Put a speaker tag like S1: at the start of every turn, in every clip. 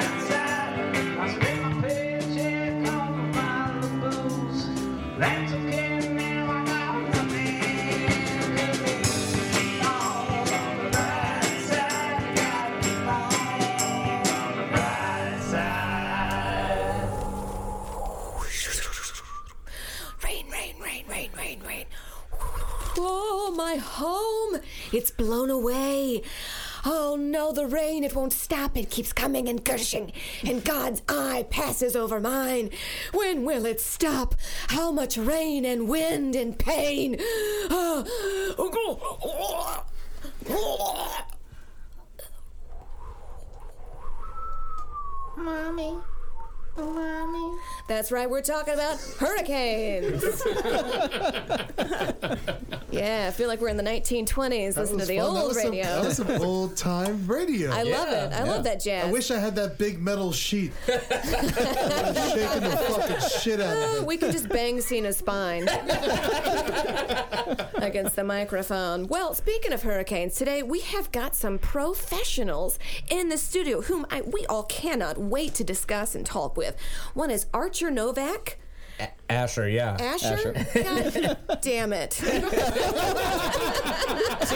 S1: I spent my paycheck on my booze. That's okay now. I got nothing to lose. All on the right side, gotta keep on the right side.
S2: Rain, rain, rain, rain, rain, rain. Oh, my home! It's blown away. Oh no, the rain, it won't stop. It keeps coming and gushing, and God's eye passes over mine. When will it stop? How much rain and wind and pain? Ah.
S3: Mommy. Mommy.
S2: That's right, we're talking about hurricanes. yeah, I feel like we're in the 1920s
S4: That
S2: listening to the
S4: was fun. that
S2: old
S4: was some-
S2: radio.
S4: that was some old time radio.
S2: I love it. I love that jazz.
S4: I wish I had that big metal sheet. I was shaking the fucking shit out
S2: Oh,
S4: of it.
S2: we could just bang Cena's spine against the microphone. Well, speaking of hurricanes, today we have got some professionals in the studio whom I, we all cannot wait to discuss and talk with. One is Archer Novak.
S5: Asher, yeah.
S2: Asher? God damn it.
S5: to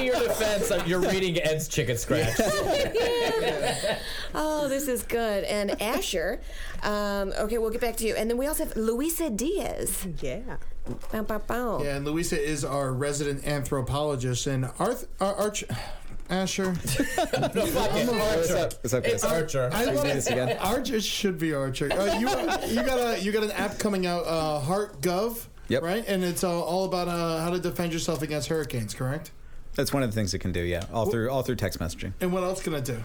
S5: your defense, uh, you're reading Ed's chicken scratch.
S2: Oh, this is good. And Asher, um, okay, we'll get back to you. And then we also have Luisa Diaz.
S6: Yeah.
S2: Bow, bow, bow.
S4: Yeah, and Luisa is our resident anthropologist, and Arth, Ar- Arch, Asher. I'm a Archer.
S7: It's okay.
S5: It's Archer.
S4: I love
S7: do this again.
S4: Archer it should be Archer. Uh, you you got a you got an app coming out, uh, Heart Gov.
S7: Yep.
S4: Right, and it's uh, all about uh, how to defend yourself against hurricanes. Correct.
S7: That's one of the things it can do. Yeah, all through all through text messaging.
S4: And what else can I do?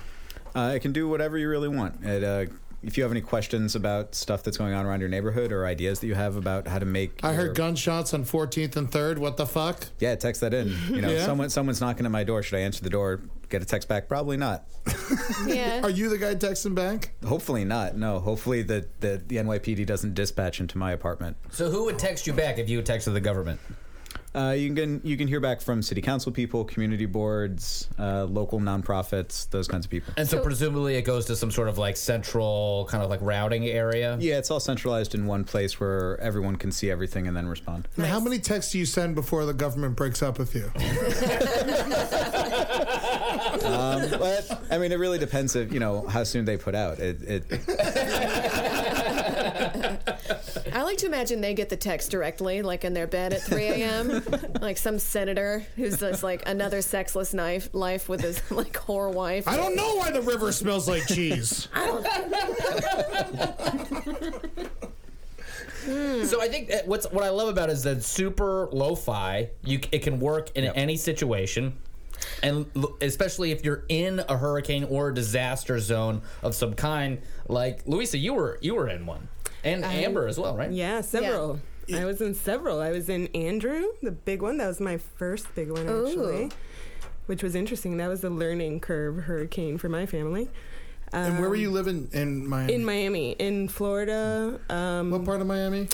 S7: Uh, it can do whatever you really want. It, uh, if you have any questions about stuff that's going on around your neighborhood or ideas that you have about how to make,
S4: I
S7: your-
S4: heard gunshots on 14th and 3rd. What the fuck?
S7: Yeah, text that in. You know,
S4: Yeah.
S7: someone someone's knocking at my door. Should I answer the door? Get a text back? Probably not.
S4: Are you the guy texting back?
S7: Hopefully not. No. Hopefully the, the, the NYPD doesn't dispatch into my apartment.
S5: so who would text you back if you texted the government?
S7: Uh, you can you can hear back from city council people, community boards, uh, local nonprofits, those kinds of people.
S5: And so, presumably it goes to some sort of like central kind of like routing area.
S7: Yeah, it's all centralized in one place where everyone can see everything and then respond.
S4: And How many texts do you send before the government breaks up with you?
S7: Um, but I mean, it really depends if you know how soon they put out. It, it
S2: I like to imagine they get the text directly, like in their bed at 3 a.m. like some senator who's just like another sexless knife life with his like whore wife.
S4: I don't know why the river smells like cheese.
S5: So I think that what's what I love about it is that it's super lo-fi. You c- it can work in any situation. And l- especially if you're in a hurricane or a disaster zone of some kind, like Luisa, you were you were in one, and Amber as well, right?
S6: Yeah, several. I was in several. I was in Andrew, the big one. That was my first big one, actually,
S2: Ooh.
S6: which was interesting. That was a learning curve hurricane for my family. Um,
S4: and where were you living in Miami?
S6: In Miami, in Florida, um,
S4: what part of Miami?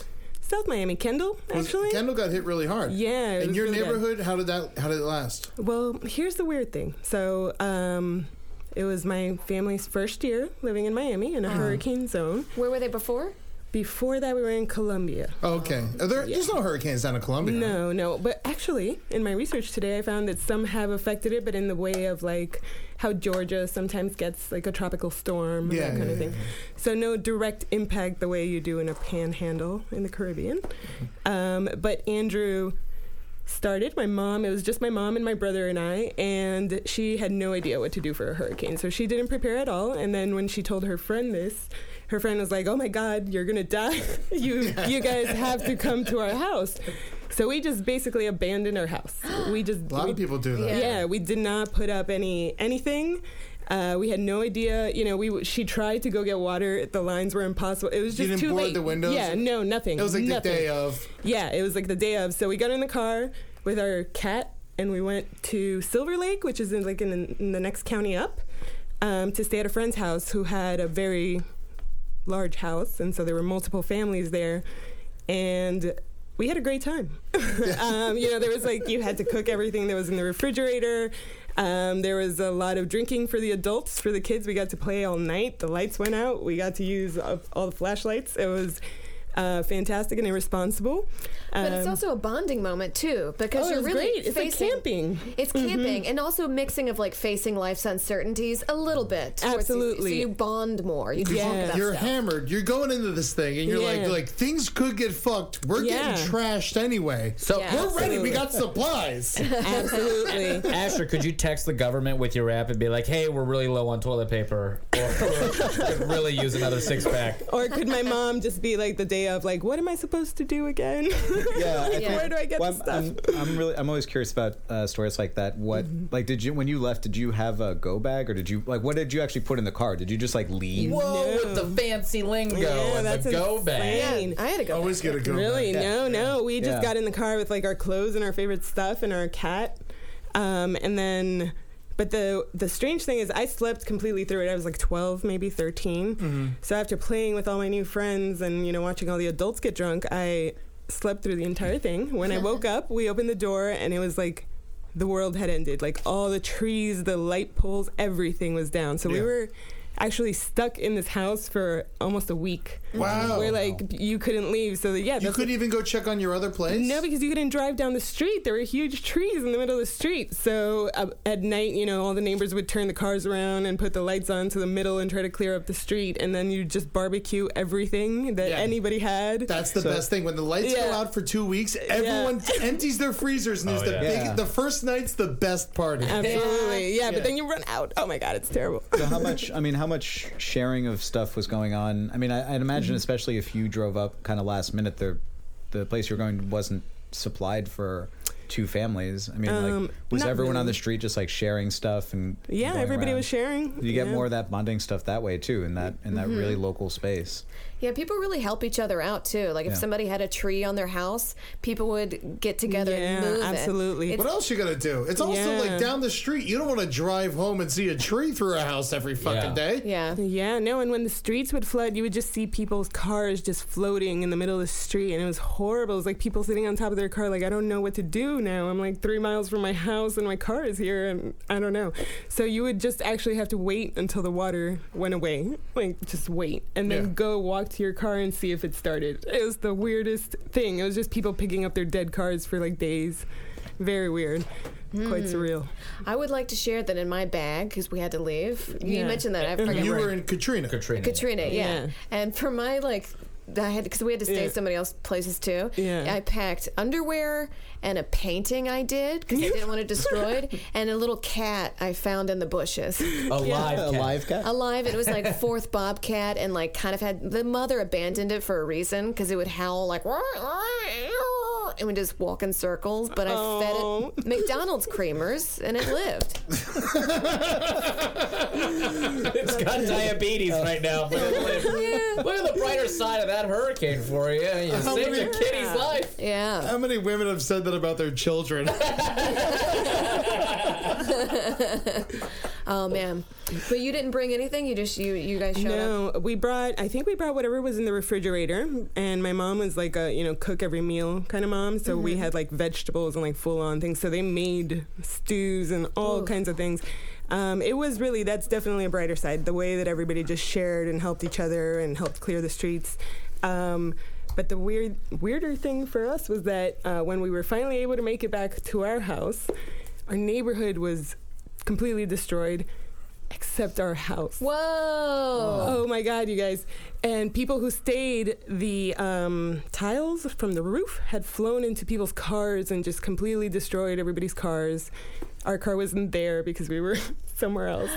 S6: South Miami, Kendall,
S4: Was-
S6: actually.
S4: Kendall got hit really hard.
S6: Yeah, it
S4: In
S6: was
S4: your
S6: really bad.
S4: neighborhood, how did that? How did it last?
S6: Well, here's the weird thing. So, um, it was my family's first year living in Miami in a hurricane zone.
S2: Where Uh-huh. were they before?
S6: Before that, we were in Colombia.
S4: Oh, Okay. Are there, There's no hurricanes down in Colombia.
S6: No, no. But actually, in my research today, I found that some have affected it, but in the way of like how Georgia sometimes gets like a tropical storm, and
S4: Yeah,
S6: that kind
S4: yeah,
S6: of thing. So no direct impact the way you do in a panhandle in the Caribbean. Um, but Andrew started my mom it was just my mom and my brother and i and she had no idea what to do for a hurricane so she didn't prepare at all and then when she told her friend this her friend was like oh my god you're gonna die you you guys have to come to our house so we just basically abandoned our house we just
S4: A lot of
S6: we-
S4: people do that.
S6: yeah. we did not put up any anything. Uh, we had no idea. You know, we w- she tried to go get water. The lines were impossible. It was
S4: You
S6: just
S4: didn't
S6: too
S4: board
S6: late.
S4: the windows?
S6: Yeah, no, nothing.
S4: It was like
S6: nothing.
S4: the day of.
S6: Yeah, it was like the day of. So we got in the car with our cat and we went to Silver Lake, which is in like in, in the next county up, um, to stay at a friend's house who had a very large house, and so there were multiple families there, and we had a great time. um, you know, there was like you had to cook everything that was in the refrigerator. Um, there was a lot of drinking for the adults. For the kids, we got to play all night. The lights went out. We got to use uh, all the flashlights. It was uh, fantastic and irresponsible.
S2: But it's
S6: Um,
S2: also a bonding moment too, because
S6: Oh,
S2: you're
S6: it was
S2: really
S6: great. It's like
S2: facing,
S6: camping. Mm-hmm.
S2: It's camping, and also mixing of like facing life's uncertainties a little bit. towards these-
S6: Absolutely.
S2: so you bond more. You talk about
S4: You're
S2: stuff.
S4: hammered. You're going into this thing, and you're like,
S6: Yeah.
S4: like things could get fucked. We're
S6: Yeah.
S4: getting trashed anyway.
S5: So- Yeah,
S4: we're ready.
S6: absolutely.
S4: We got supplies.
S6: absolutely.
S5: Asher, could you text the government with your rap and be like, "Hey, we're really low on toilet paper, or we could really use another six pack."
S6: Or could my mom just be like the day of, like, what am I supposed to do again?
S7: Yeah, I
S6: Like,
S7: think-
S6: Where do I get
S7: well,
S6: the stuff? Mm-hmm.
S7: I'm, I'm, I'm really, I'm always curious about uh, stories like that. What, like, did you when you left? Did you have a go bag, or did you like what did you actually put in the car? Did you just like leave?
S5: Whoa, with the fancy lingo
S6: Yeah,
S5: and
S6: that's
S5: the go bag.
S6: insane.
S2: I had to go.
S4: Always gotta go.
S6: Really? No, no. We just
S7: Yeah.
S6: got in the car with like our clothes and our favorite stuff and our cat, um, and then. But the the strange thing is, I slept completely through it. I was like 12, maybe 13. So after playing with all my new friends and you know watching all the adults get drunk, I slept through the entire thing. When I woke up, we opened the door and it was like the world had ended. Like all the trees, the light poles, everything was down. So we
S4: Yeah.
S6: were actually stuck in this house for almost a week.
S4: Wow.
S6: Where like you couldn't leave. So that, yeah,
S4: You
S6: that's
S4: couldn't even go check on your other place.
S6: no, because you couldn't drive down the street. There were huge trees in the middle of the street. So uh, at night, you know, all the neighbors would turn the cars around and put the lights on to the middle and try to clear up the street. And then you just barbecue everything that
S4: Yeah.
S6: anybody had.
S4: That's the best thing. When the lights go
S6: Yeah.
S4: out for two weeks, everyone empties their freezers, and there's
S5: Oh,
S4: the
S5: yeah.
S4: big.
S7: Yeah.
S4: The first night's the best party.
S6: Absolutely. Yeah,
S4: Yeah.
S6: but then you run out. Oh my God, it's terrible.
S7: So how much? I mean, how much sharing of stuff was going on? I mean, I, I'd imagine,
S6: Mm-hmm.
S7: especially if you drove up kind of last minute, the the place you were going wasn't supplied for two families. I mean, like,
S6: Um,
S7: was
S6: not
S7: everyone on
S6: really.
S7: the street just like sharing stuff and?
S6: Yeah,
S7: going
S6: everybody
S7: around?
S6: was sharing.
S7: You get
S6: Yeah. Mm-hmm.
S7: more of that bonding stuff that way too, in that in that really local space.
S2: Yeah, people really help each other out too. Like if
S7: Yeah.
S2: somebody had a tree on their house, people would get together and
S6: Yeah,
S2: move
S6: absolutely.
S2: it.
S4: What
S2: It's-
S4: else you gonna do? It's also
S6: Yeah.
S4: like down the street. You don't want to drive home and see a tree through a house every fucking
S5: Yeah.
S4: day.
S2: yeah.
S6: Yeah, no, and when the streets would flood, you would just see people's cars just floating in the middle of the street, and it was horrible. It was like people sitting on top of their car, like, I don't know what to do now. I'm like three miles from my house, and my car is here, and I don't know. So you would just actually have to wait until the water went away. Like, just wait, and then
S4: Yeah.
S6: go walk to your car and see if it started. It was the weirdest thing. It was just people picking up their dead cars for like days. Very weird. Quite
S5: Hmm.
S6: surreal.
S2: I would like to share that in my bag because we had to leave. You
S6: Yeah.
S2: mentioned that. I
S6: And
S2: forget
S4: You
S2: where-
S4: were in Katrina.
S5: Katrina.
S2: Katrina, yeah.
S6: Yeah.
S2: And for my like, I had because we had to stay
S6: Yeah.
S2: somebody else places too.
S6: Yeah.
S2: I packed underwear and a painting I did because I didn't want it destroyed, and a little cat I found in the bushes.
S5: A live cat.
S7: cat.
S2: Alive, it was like fourth bobcat, and like kind of had the mother abandoned it for a reason because it would howl like and would just walk in circles. But I
S6: Oh.
S2: fed it McDonald's creamers, and it lived.
S5: It's got diabetes right now. But it lived. Look at the brighter side of that hurricane for you. You
S6: Oh,
S5: saved your kitty's life.
S2: Yeah.
S4: How many women have said that about their children?
S2: Oh man. But you didn't bring anything. You just you you guys showed up.
S6: No, we brought. I think we brought whatever was in the refrigerator, and my mom was like a you know cook every meal kind of mom. So we had like vegetables and like full on things. So they made stews and all kinds of things. Um, it was really that's definitely a brighter side. The way that everybody just shared and helped each other and helped clear the streets. Um, but the weird, weirder thing for us was that uh, when we were finally able to make it back to our house, our neighborhood was completely destroyed, except our house. Whoa! Oh my God, you guys! And people who stayed, the um, tiles from the roof had flown into people's cars and just completely destroyed everybody's cars. Our car wasn't there because we were somewhere else.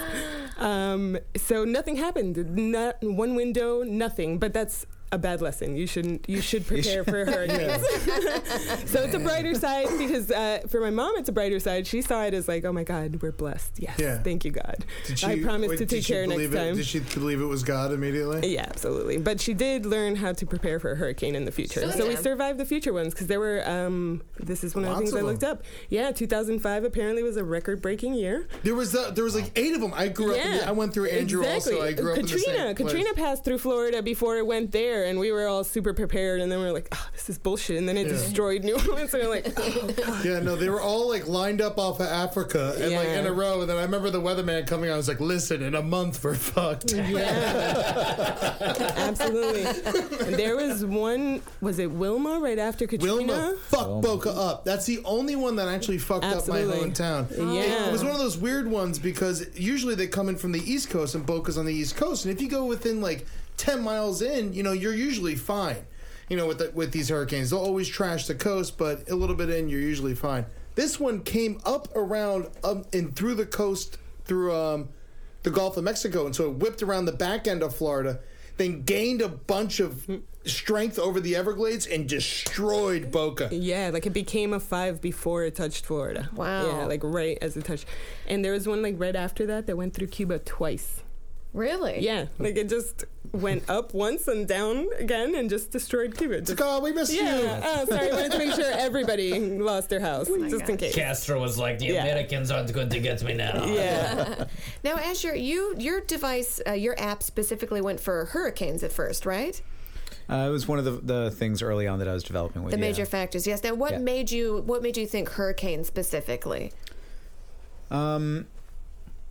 S6: Um, so nothing happened. Not one window, nothing. But that's a bad lesson. You shouldn't. You should
S1: You
S6: prepare
S1: should-
S6: for hurricanes. so it's a brighter side because uh, for my mom, it's a brighter side. She saw it as like, oh my God, we're blessed. Yes,
S4: Yeah.
S6: thank you, God.
S4: Did
S6: I
S4: she-
S6: promise
S4: wait,
S6: to
S4: did
S6: take
S4: she
S6: care next
S4: believe it-
S6: time.
S4: Did she believe it was God immediately?
S6: Yeah, absolutely. But she did learn how to prepare for a hurricane in the future.
S4: Sure.
S6: So we
S4: Yeah.
S6: survived the future ones because there were. Um, this is one of the
S4: Lots
S6: things
S4: of
S6: I
S4: them.
S6: looked up. Yeah, 2005 apparently was a record-breaking year.
S4: There was the, there was like eight of them. I grew up. In the, I went through Andrew also. I grew up in the
S6: Katrina,
S4: same place.
S6: Katrina passed through Florida before it went there, and we were all super prepared. And then we were like, oh, "This is bullshit," and then it
S4: Yeah.
S6: destroyed New Orleans. And we're like, oh, God.
S4: Yeah, no, they were all like lined up off of Africa and like
S6: Yeah.
S4: in a row. And then I remember the weatherman coming. I was like, "Listen, in a month we're fucked."
S6: Absolutely. And there was one. Was it Wilma right after Katrina?
S4: Wilma, fuck Boca up. That's the only one that actually fucked up my
S6: Absolutely.
S4: hometown.
S6: Yeah.
S4: It was one of those weird ones because usually they come in from the East Coast and Boca's on the East Coast. And if you go within like 10 miles in, you know, you're usually fine. You know, with the, with these hurricanes, they'll always trash the coast, but a little bit in, you're usually fine. This one came up around um, and through the coast through um, the Gulf of Mexico, and so it whipped around the back end of Florida, then gained a bunch of strength over the Everglades and destroyed Boca.
S6: Yeah, like it became a five before it touched Florida.
S2: Wow.
S6: Yeah, like right as it touched. And there was one like right after that that went through Cuba twice.
S2: Really?
S6: Yeah, like it just went up once and down again and just destroyed Cuba. Just,
S4: God, we missed
S6: yeah.
S5: you.
S6: Oh, sorry. I wanted to make sure everybody lost their house just in case.
S5: Castro was like, the
S6: Yeah.
S5: Americans aren't going to get me now.
S2: Now, Asher, you your device, uh, your app specifically went for hurricanes at first, right?
S7: Uh, it was one of the, the things early on that I was developing with.
S2: The
S7: yeah.
S2: major factors. Yes. Now, what
S7: Yeah.
S2: made you what made you think hurricane specifically?
S7: Um,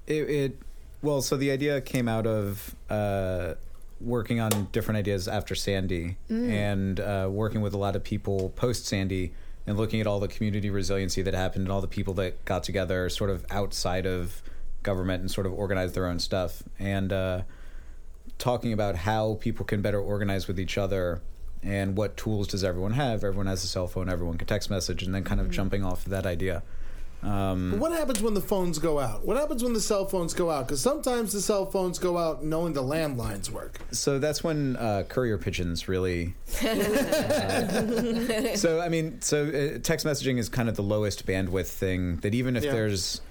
S7: it, it well, so the idea came out of uh, working on different ideas after Sandy
S8: Mm.
S7: and uh, working with a lot of people post Sandy and looking at all the community resiliency that happened and all the people that got together sort of outside of government and sort of organized their own stuff and uh, talking about how people can better organize with each other and what tools does everyone have everyone has a cell phone everyone can text message and then kind of jumping off of that idea um,
S4: But what happens when the phones go out? What happens when the cell phones go out? Because sometimes the cell phones go out knowing the landlines work.
S7: So that's when uh, courier pigeons really. So I mean, so uh, text messaging is kind of the lowest bandwidth thing. That even if
S4: Yeah.
S7: there's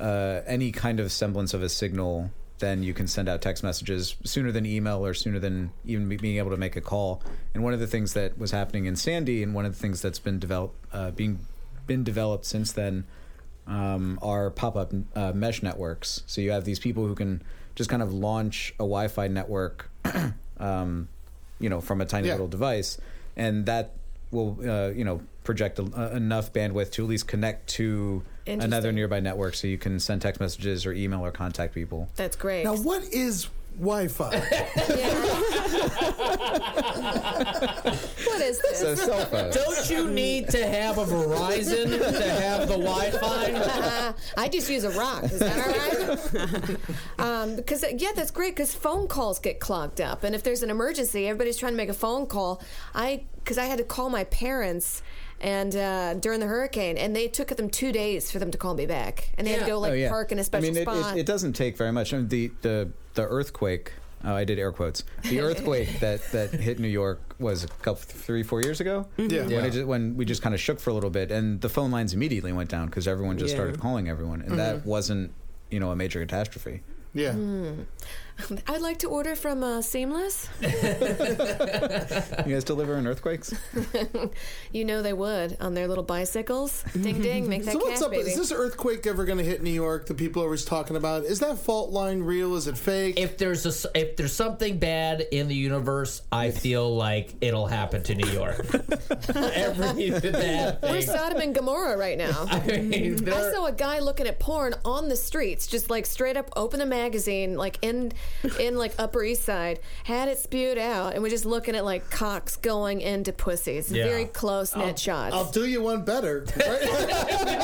S7: uh, any kind of semblance of a signal, then you can send out text messages sooner than email or sooner than even be- being able to make a call. And one of the things that was happening in Sandy, and one of the things that's been developed, uh, being been developed since then, um, are pop-up uh, mesh networks. So you have these people who can just kind of launch a Wi-Fi network, um, you know, from a tiny
S4: Yeah.
S7: little device, and that will, uh, you know, project a, uh, enough bandwidth to at least connect to another
S2: Interesting.
S7: nearby network, so you can send text messages or email or contact people.
S2: That's great.
S4: Now, what is Wi-Fi?
S2: What is this?
S7: So cell phones.
S5: Don't you need to have a Verizon to have the Wi-Fi?
S2: Uh, I just use a rock. Is that all right? Because yeah, that's great. Because phone calls get clogged up, and if there's an emergency, everybody's trying to make a phone call. I because I had to call my parents. And uh, during the hurricane, and they took them two days for them to call me back, and they had to go like
S7: Oh, yeah.
S2: park in a special
S7: I mean, it,
S2: spot.
S7: It, it doesn't take very much. I mean, the the the earthquake. Oh, I did air quotes. The earthquake that, that hit New York was a couple, three, four years ago.
S4: Mhm. Yeah.
S7: When, it ju- when we just kind of shook for a little bit, and the phone lines immediately went down because everyone just
S2: Yeah.
S7: started calling everyone, and
S4: Mm-hmm.
S7: that wasn't, you know, a major catastrophe.
S4: Yeah.
S7: Hmm.
S2: I'd like to order from uh, Seamless.
S7: You guys deliver in earthquakes?
S2: you know they would on their little bicycles. Ding ding, make that
S4: so what's
S2: cash,
S4: up?
S2: baby.
S4: Is this earthquake ever going to hit New York? The people are always talking about. Is that fault line real? Is it fake?
S5: If there's a, if there's something bad in the universe, I feel like it'll happen to New York. Every bad thing.
S2: We're Sodom and Gomorrah right now.
S5: I mean,
S2: I
S5: they're-
S2: saw a guy looking at porn on the streets, just like straight up open a magazine, like in in like Upper East Side, had it spewed out, and we're just looking at like cocks going into pussies.
S4: Yeah.
S2: Very close net shots.
S4: I'll do you one better.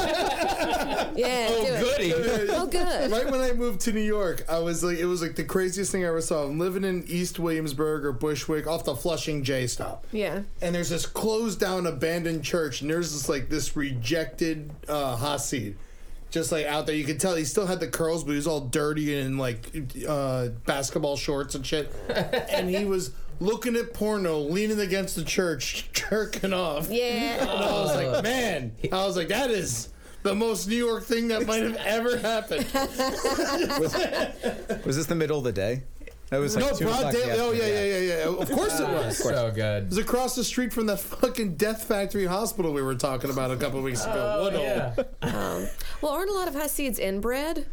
S2: yeah.
S4: Oh,
S2: do it.
S4: goody.
S2: Oh, good.
S4: Right when I moved to New York, I was like, it was like the craziest thing I ever saw. I'm living in East Williamsburg or Bushwick off the Flushing J stop.
S2: Yeah.
S4: And there's this closed down abandoned church, and there's this like this rejected uh, Hasid. Just like out there, you could tell he still had the curls, but he was all dirty and in, like uh, basketball shorts and shit. and he was looking at porno, leaning against the church, jerking off.
S2: Yeah.
S4: And I was like, man, I was like, that is the most New York thing that might have ever happened.
S7: Was this the middle of the day? That was like
S4: no,
S7: two
S4: broad
S7: o'clock in the
S4: day. Oh yeah,
S7: afternoon.
S4: yeah, yeah, yeah. Of course it was.
S5: So good.
S4: It was across the street from that fucking Death Factory hospital we were talking about a couple weeks ago.
S7: Oh,
S4: what a-
S2: Well, aren't a lot of Hasids inbred?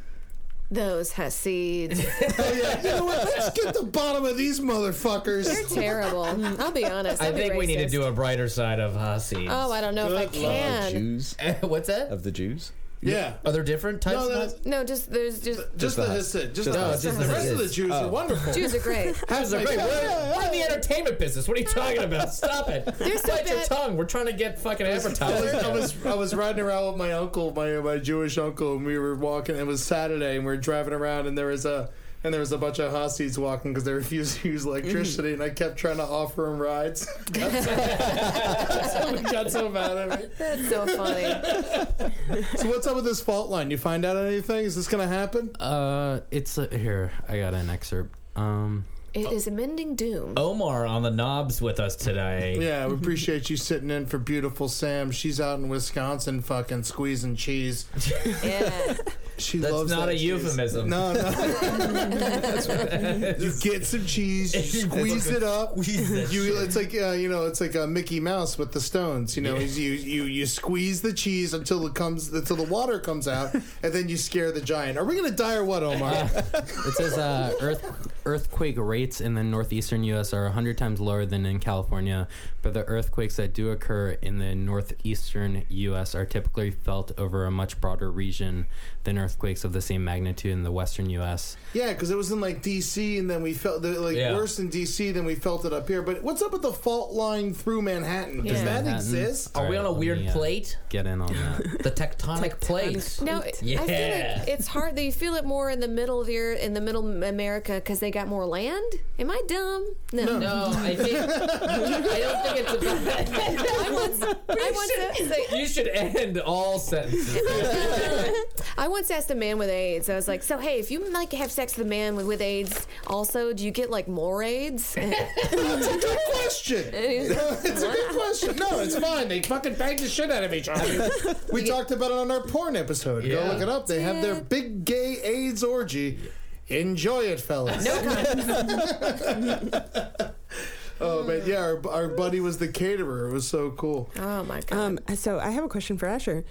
S2: Those Hasids.
S4: Oh, yeah. You know what? Let's get the bottom of these motherfuckers.
S2: They're terrible. I'll be honest.
S5: I
S2: I'd be
S5: think we need to
S2: racist.
S5: do a brighter side of Hasi.
S2: Oh, I don't know if I
S5: Good lord.
S2: can.
S7: Jews
S5: What's that?
S7: of the Jews.
S4: Yeah.
S5: Are there different types?
S4: No,
S5: of
S4: that's-
S5: Hasid?
S2: No, just there's just
S4: Just,
S7: the
S4: the
S7: Hus-
S4: Hasid. Just
S7: just
S4: the
S7: the
S4: Hus-
S5: Hus-
S4: The rest of the
S7: Hasids.
S4: Jews
S7: Oh.
S4: are wonderful.
S2: Jews are great.
S5: How's that great? We're, we're in the entertainment business. What are you talking about? Stop it.
S2: They're so
S5: Bite your
S2: bad.
S5: tongue. We're trying to get fucking
S4: I was, I
S5: advertising.
S4: was I was riding around with my uncle, my my Jewish uncle, and we were walking. It was Saturday, and we were driving around, and there was a and there was a bunch of Hasids walking because they refused to use electricity, and I kept trying to offer them rides. That's how we got so mad at me.
S2: That's so funny.
S4: So what's up with this fault line? You find out anything? Is this gonna happen?
S8: Uh, it's uh, here. I got an excerpt. Um,
S2: It is amending
S5: Oh.
S2: doom.
S5: Omar on the knobs with us today.
S4: Yeah, we appreciate you sitting in for beautiful Sam. She's out in Wisconsin, fucking squeezing cheese.
S2: Yeah.
S4: She
S5: That's
S4: loves
S5: not
S4: that
S5: a
S4: cheese.
S5: euphemism.
S4: No, no. you get some cheese, you squeeze it up. You, it's like uh, you know, it's like uh, Mickey Mouse with the stones. You know, is you you you squeeze the cheese until it comes until the water comes out, and then you scare the giant. Are we gonna die or what, Omar?
S8: it says uh, earth, earthquake rates in the northeastern U.S. are 100 times lower than in California, but the earthquakes that do occur in the northeastern U.S. are typically felt over a much broader region than earthquakes of the same magnitude in the western U.S.
S4: yeah, because it was in like D.C. and then we felt the, like
S5: Yeah.
S4: worse in D.C. than we felt it up here. But what's up with the fault line through Manhattan? Does
S2: Yeah.
S4: that
S8: Manhattan.
S4: exist?
S5: Are we on a
S8: Alright, let
S5: weird
S8: me, uh,
S5: plate?
S8: Get in on that.
S5: The tectonic plate.
S2: No, I feel
S5: Yeah.
S2: like it's hard. that You feel it more in the middle of your in the middle America because they got more land. Am I dumb? No.
S5: No, I think I don't think it's
S2: I once, I once say-
S5: a. You should end all sentences.
S2: I once asked a man with AIDS. I was like, "So hey, if you like have sex with a man with, with AIDS, also, do you get like more AIDS?" And
S4: It's a good question. it's a good question. No, it's fine. They fucking bang the shit out of each other. We talked about it on our porn episode. Go
S5: Yeah.
S4: look it up. They have their big gay AIDS orgy. Enjoy it, fellas. oh man, yeah. Our, our buddy was the caterer. It was so cool.
S2: oh my god.
S6: Um, so I have a question for Asher.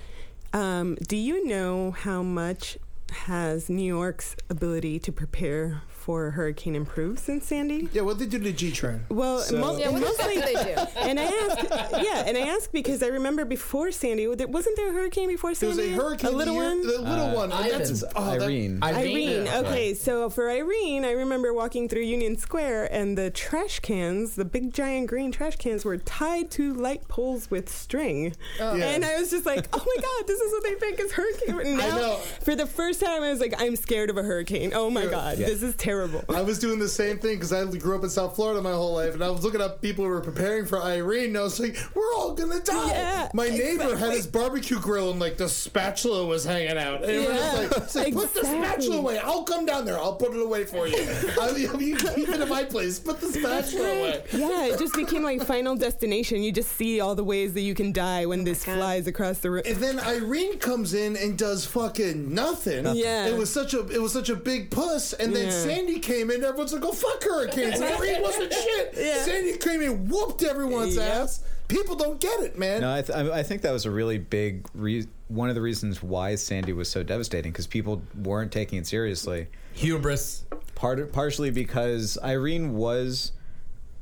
S6: Um, do you know how much has New York's ability to prepare for a hurricane improved since Sandy?
S4: Yeah, what they do to G Train?
S6: Well,
S4: So-
S6: mos-
S2: yeah, what the fuck
S6: mostly
S2: do they do?
S6: and I asked, yeah, and I asked because I remember before Sandy, wa- there- wasn't there a hurricane before
S4: There was
S6: Sandy?
S4: a hurricane.
S6: a little
S4: the year-
S6: one.
S4: The little
S5: Uh,
S4: one. and that's-
S5: Ivan.
S4: oh, that-
S7: Irene.
S6: Irene. Okay, so for Irene, I remember walking through Union Square and the trash cans, the big giant green trash cans, were tied to light poles with string.
S4: Yeah.
S6: And I was just like, oh my God, this is what they think is hurricane. And
S4: I
S6: now,
S4: know.
S6: for the first time, I was like, I'm scared of a hurricane. Oh my God, this is terrible.
S4: I was doing the same thing because I grew up in South Florida my whole life, and I was looking up people who were preparing for Irene, and I was like, "We're all gonna die."
S6: Yeah,
S4: my neighbor had his barbecue grill, and like the spatula was hanging out, and it was
S6: Yeah,
S4: like, it's like, "Put the
S6: exactly.
S4: spatula away. I'll come down there. I'll put it away for you. I mean, you keep it in my place. Put the spatula away."
S6: yeah, it just became like final destination. You just see all the ways that you can die when this flies across the room.
S4: And then Irene comes in and does fucking nothing.
S6: Yeah.
S4: it was such a it was such a big puss. And then
S6: Yeah.
S4: Sandy came in. Everyone's like, "Oh fuck hurricanes!" Irene wasn't shit.
S6: Yeah.
S4: Sandy came in, whooped everyone's
S6: Yep.
S4: ass. People don't get it, man.
S7: No, I, th- I- I think that was a really big re- one of the reasons why Sandy was so devastating because people weren't taking it seriously.
S5: Hubris.
S7: Part partially because Irene was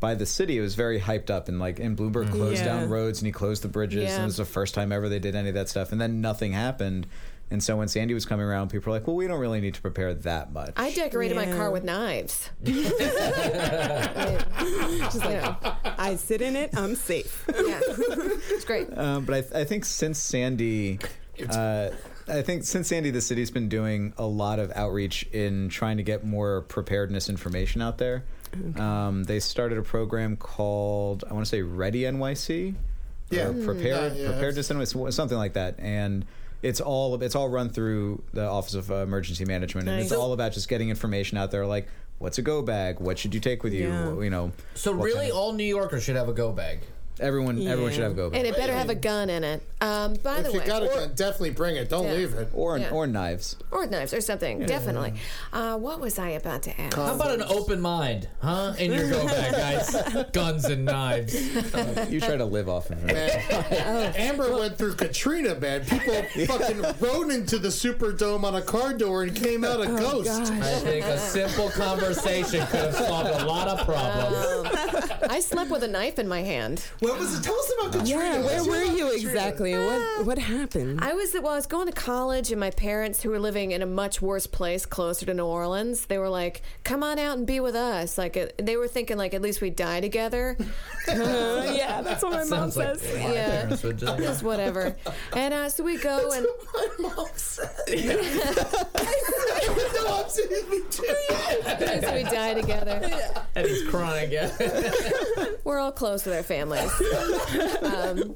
S7: by the city, it was very hyped up and like and Bloomberg closed
S6: Yeah.
S7: down roads and he closed the bridges
S2: Yeah.
S7: and it was the first time ever they did any of that stuff and then nothing happened And so when Sandy was coming around, people were like, well, we don't really need to prepare that much.
S2: I decorated my car with knives.
S6: She's like, I sit in it, I'm safe.
S2: It's great.
S7: Um, but I, th- I think since Sandy, uh, I think since Sandy, the city's been doing a lot of outreach in trying to get more preparedness information out there. Um, they started a program called I want to say Ready NYC,
S4: Yeah.
S7: or
S4: Mm.
S7: prepared
S4: Yeah, yeah.
S7: preparedness NYC, something like that, and. It's all it's all run through the Office of uh, Emergency Management, and it's
S5: Nice.
S7: all about just getting information out there, like what's a go bag, what should you take with you,
S5: Yeah.
S7: you know.
S5: So
S7: what
S5: really,
S7: kind of-
S5: all New Yorkers should have a go bag.
S7: everyone everyone
S5: Yeah.
S7: should have a go bag,
S2: And it better have a gun in it. Um, by the
S4: If you
S2: way,
S4: got it, then definitely bring it. Don't
S2: Yeah.
S4: leave it.
S7: or
S2: Yeah.
S7: or knives.
S2: or knives or something,
S7: Yeah.
S2: definitely. Uh, what was I about to ask?
S5: How about an open mind, huh? In your go bag, guys. Guns and knives.
S7: you try to live off of
S4: Amber went through Katrina, man. People fucking rode into the Superdome on a car door and came out a
S6: Oh,
S4: ghost.
S5: I think a simple conversation could have solved a lot of problems.
S2: I slept with a knife in my hand.
S4: What was it? Tell us about
S6: Yeah, where were you exactly? and What what happened?
S2: Uh, I was well. I was going to college, and my parents, who were living in a much worse place closer to New Orleans, they were like, "Come on out and be with us." Like it, they were thinking, like at least we die together.
S6: yeah, that's what my mom
S1: Sounds like
S6: says.
S1: a lot of
S2: Yeah.
S1: parents would do.
S2: Just whatever. And uh, so we go and
S4: my mom no, I'm serious. Me too.
S2: At least we die together.
S5: And he's crying. Yeah.
S2: We're all close with our families. um,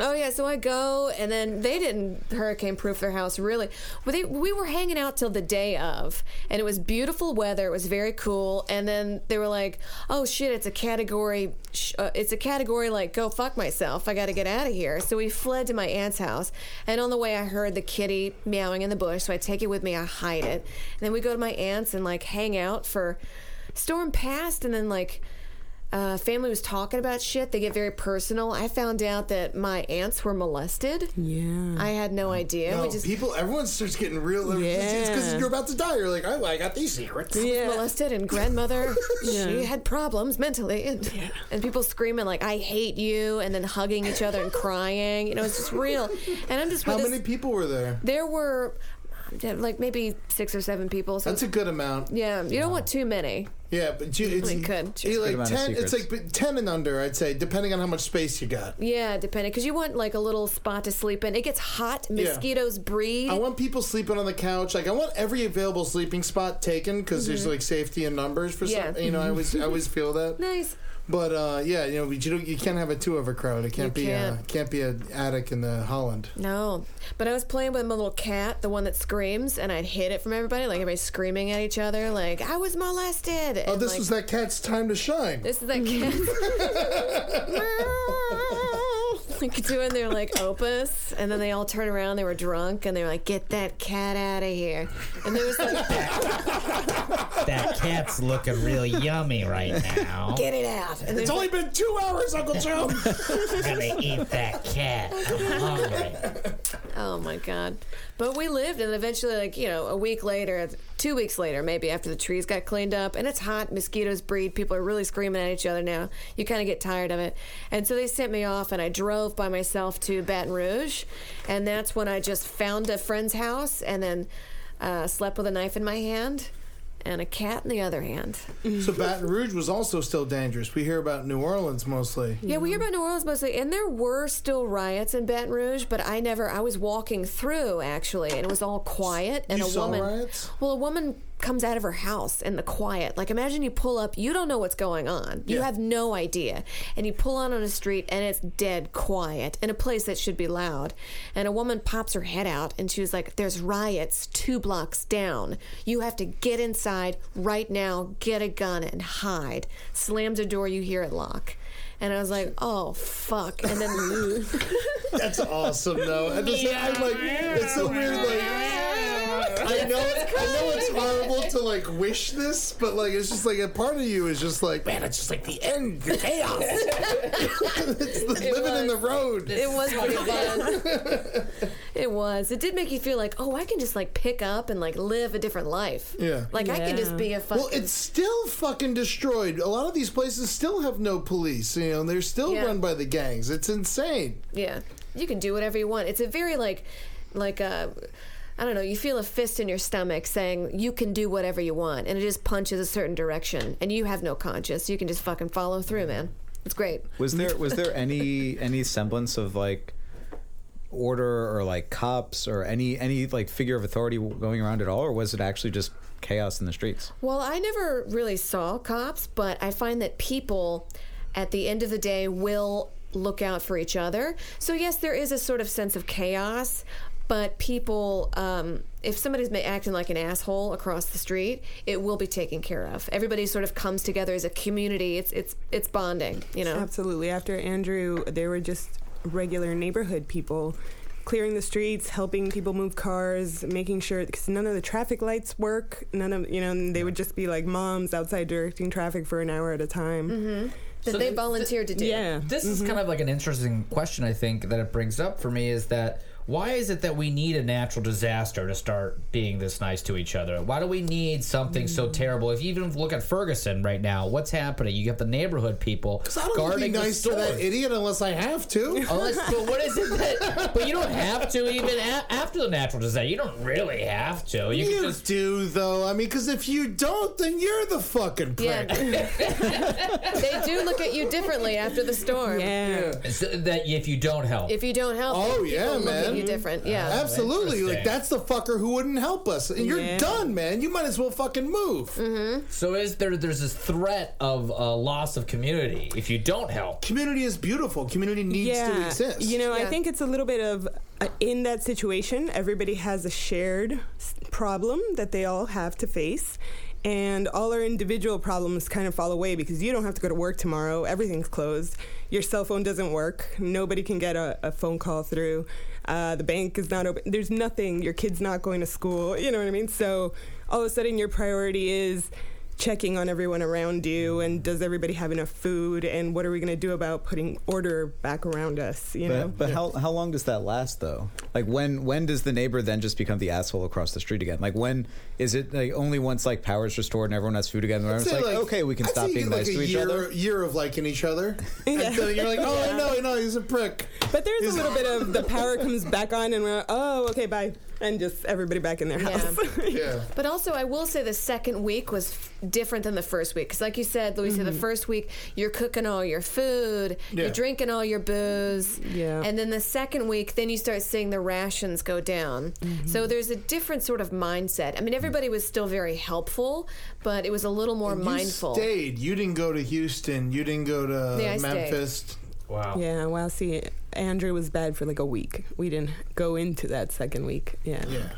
S2: oh yeah, so I go, and then they didn't hurricane proof their house really. Well, they, we were hanging out till the day of, and it was beautiful weather. It was very cool, and then they were like, "Oh shit, it's a category, sh- uh, it's a category like go fuck myself. I got to get out of here." So we fled to my aunt's house, and on the way I heard the kitty meowing in the bush, so I take it with me. I hide it, and then we go to my aunt's and like hang out for. Storm passed, and then like uh, family was talking about shit. They get very personal. I found out that my aunts were molested.
S6: Yeah.
S2: I had no idea.
S4: No,
S2: we just
S4: Oh, people, everyone starts getting real. It's because
S2: Yeah.
S4: you're about to die. You're like, I, I got these secrets.
S2: was molested and grandmother she
S4: Yeah.
S2: had problems mentally and, and people screaming like I hate you and then hugging each other and crying. You know, it's just real. And I'm just
S4: How
S2: with this-
S4: many people were there?
S2: there were uh, like maybe six or seven people. So
S4: That's a good amount.
S2: yeah, you don't want too many.
S4: Yeah, but you, it's,
S2: We could.
S4: you
S2: Good
S4: like
S2: amount of
S4: ten. It's like
S2: secrets.
S4: but ten and under, I'd say, depending on how much space you got.
S2: Yeah, depending because you want like a little spot to sleep in. It gets hot.
S4: Yeah.
S2: Mosquitoes breed.
S4: I want people sleeping on the couch. Like I want every available sleeping spot taken because there's
S2: Mhm.
S4: like safety in numbers for
S2: Yeah.
S4: some. You know, I always I always feel that.
S2: Nice.
S4: But uh, yeah, you know, we- you, don't- you can't have a too overcrowded. It can't
S2: You
S4: be A,
S2: can't.
S4: can't be an attic in the Holland.
S2: No, but I was playing with my little cat, the one that screams, and I'd hid it from everybody. Like everybody screaming at each other, like I was molested.
S4: Oh,
S2: and,
S4: this
S2: like,
S4: was that cat's time to shine.
S2: This is that cat. like doing their like opus, and then they all turn around. They were drunk, and they were like, "Get that cat out of here!" And there was like,
S5: That cat's looking real yummy right now.
S2: "Get it out!" And
S4: It's
S2: there's,
S4: only been two hours, Uncle Joe.
S5: I'm gonna eat that cat. I'm hungry.
S2: Oh my god! But we lived, and eventually, like you know, a week later, two weeks later, maybe after the trees got cleaned up, and it's hot, mosquitoes breed, people are really screaming at each other now. You kind of get tired of it, and so they sent me off, and I drove by myself to Baton Rouge, and that's when I just found a friend's house, and then uh, slept with a knife in my hand, and a cat in the other hand.
S4: so Baton Rouge was also still dangerous. We hear about New Orleans mostly.
S2: Yeah, we hear about New Orleans mostly, and there were still riots in Baton Rouge, but I never. I was walking through actually, and it was all quiet. And
S4: You
S2: a
S4: saw
S2: woman,
S4: riots?
S2: well, a woman comes out of her house in the quiet. Like imagine you pull up, you don't know what's going on, you
S9: Yeah.
S2: have no idea, and you pull out on a street, and it's dead quiet in a place that should be loud. And a woman pops her head out, and she was like, "There's riots two blocks down. You have to get inside right now. Get a gun and hide." Slams a door, you hear it lock. And I was like, oh, fuck. And then,
S4: That's awesome, though. I just, I'm like, it's so weird. Like, I know, I know it's horrible to like wish this, but like, it's just like a part of you is just like, man, it's just like the end, the chaos. it's the living in the road.
S2: It was pretty fun. it was. It did make you feel like, oh, I can just like pick up and like live a different life.
S4: Yeah.
S2: Like I can just be a fucking.
S4: Well, it's still fucking destroyed. A lot of these places still have no police, you know, and they're still
S2: Yeah.
S4: run by the gangs. It's insane.
S2: yeah. You can do whatever you want. It's a very like, like a. I don't know, you feel a fist in your stomach saying you can do whatever you want, and it just punches a certain direction, and you have no conscience. You can just fucking follow through, man. It's great.
S7: Was there was there any any semblance of like order or like cops or any any like figure of authority going around at all, or was it actually just chaos in the streets?
S2: Well, I never really saw cops, but I find that people at the end of the day will look out for each other. So, yes, there is a sort of sense of chaos, but people, um, if somebody's ma- acting like an asshole across the street, it will be taken care of. Everybody sort of comes together as a community. It's, it's, it's bonding, you know?
S6: Absolutely. After Andrew, there were just regular neighborhood people clearing the streets, helping people move cars, making sure because none of the traffic lights work. None of you know, and they would just be like moms outside directing traffic for an hour at a time.
S2: Mm-hmm. That they volunteered to Mm-hmm. do.
S6: Yeah.
S5: This is kind of like an interesting question, I think, that it brings up for me is that why is it that we need a natural disaster to start being this nice to each other? Why do we need something
S2: Mm.
S5: so terrible? If you even look at Ferguson right now, what's happening? You got the neighborhood people
S4: I don't wanna be
S5: guarding
S4: nice
S5: the stores.
S4: to that idiot unless I have to.
S5: Unless, but Oh, what is it that? But you don't have to even a- after the natural disaster. You don't really have to. You,
S4: You,
S5: can just
S4: do though. I mean, because if you don't, then you're the fucking prick.
S2: they do look at you differently after the storm.
S6: Yeah.
S5: so that if you don't help.
S2: If you don't help,
S4: Oh
S2: people
S4: yeah,
S2: look
S4: man. Uh,
S2: at you different. Yeah.
S4: absolutely. Like
S5: interesting.
S4: that's the fucker who wouldn't help us, and you're
S2: Yeah.
S4: done, man. You might as well fucking move.
S2: Mm-hmm.
S5: So is there? There's this threat of uh, loss of community if you don't help.
S4: Community is beautiful. Community needs to exist.
S6: You know, I think it's a little bit of uh, in that situation, everybody has a shared s- problem that they all have to face. And all our individual problems kind of fall away because you don't have to go to work tomorrow. Everything's closed. Your cell phone doesn't work. Nobody can get a, a phone call through. Uh, the bank is not open. There's nothing. Your kid's not going to school. You know what I mean? So all of a sudden, your priority is checking on everyone around you and does everybody have enough food and what are we going to do about putting order back around us you
S7: but
S6: know
S7: but how how long does that last though? Like when when does the neighbor then just become the asshole across the street again? Like when is it like only once like power is restored and everyone has food again? And
S4: I'd
S7: everyone's
S4: say,
S7: like, okay, we can
S4: I'd
S7: stop
S4: say you
S7: being
S4: get,
S7: nice
S4: like
S7: to
S4: a
S7: each
S4: year,
S7: other.
S4: Year of liking each other. Until you're like, oh, I know, I know, he's a prick.
S6: but there's a little bit of the power comes back on and we're like, oh okay bye and just everybody back in their house
S4: yeah
S2: But also, I will say the second week was f- different than the first week. Because, like you said, Louisa, the
S4: Mm-hmm.
S6: Mhm.
S2: first week you're cooking all your food,
S6: Yeah.
S2: you're drinking all your booze.
S6: Yeah.
S2: And then the second week, then you start seeing the rations go down.
S4: Mm-hmm.
S2: So there's a different sort of mindset. I mean, everybody was still very helpful, but it was a little more mindful.
S4: You stayed. You didn't go to Houston. You didn't go to
S2: Yeah, I stayed.
S4: Memphis.
S5: Wow.
S6: Yeah, well, see, Andrew was bad for like a week. We didn't go into that second week. Yeah.
S4: Yeah.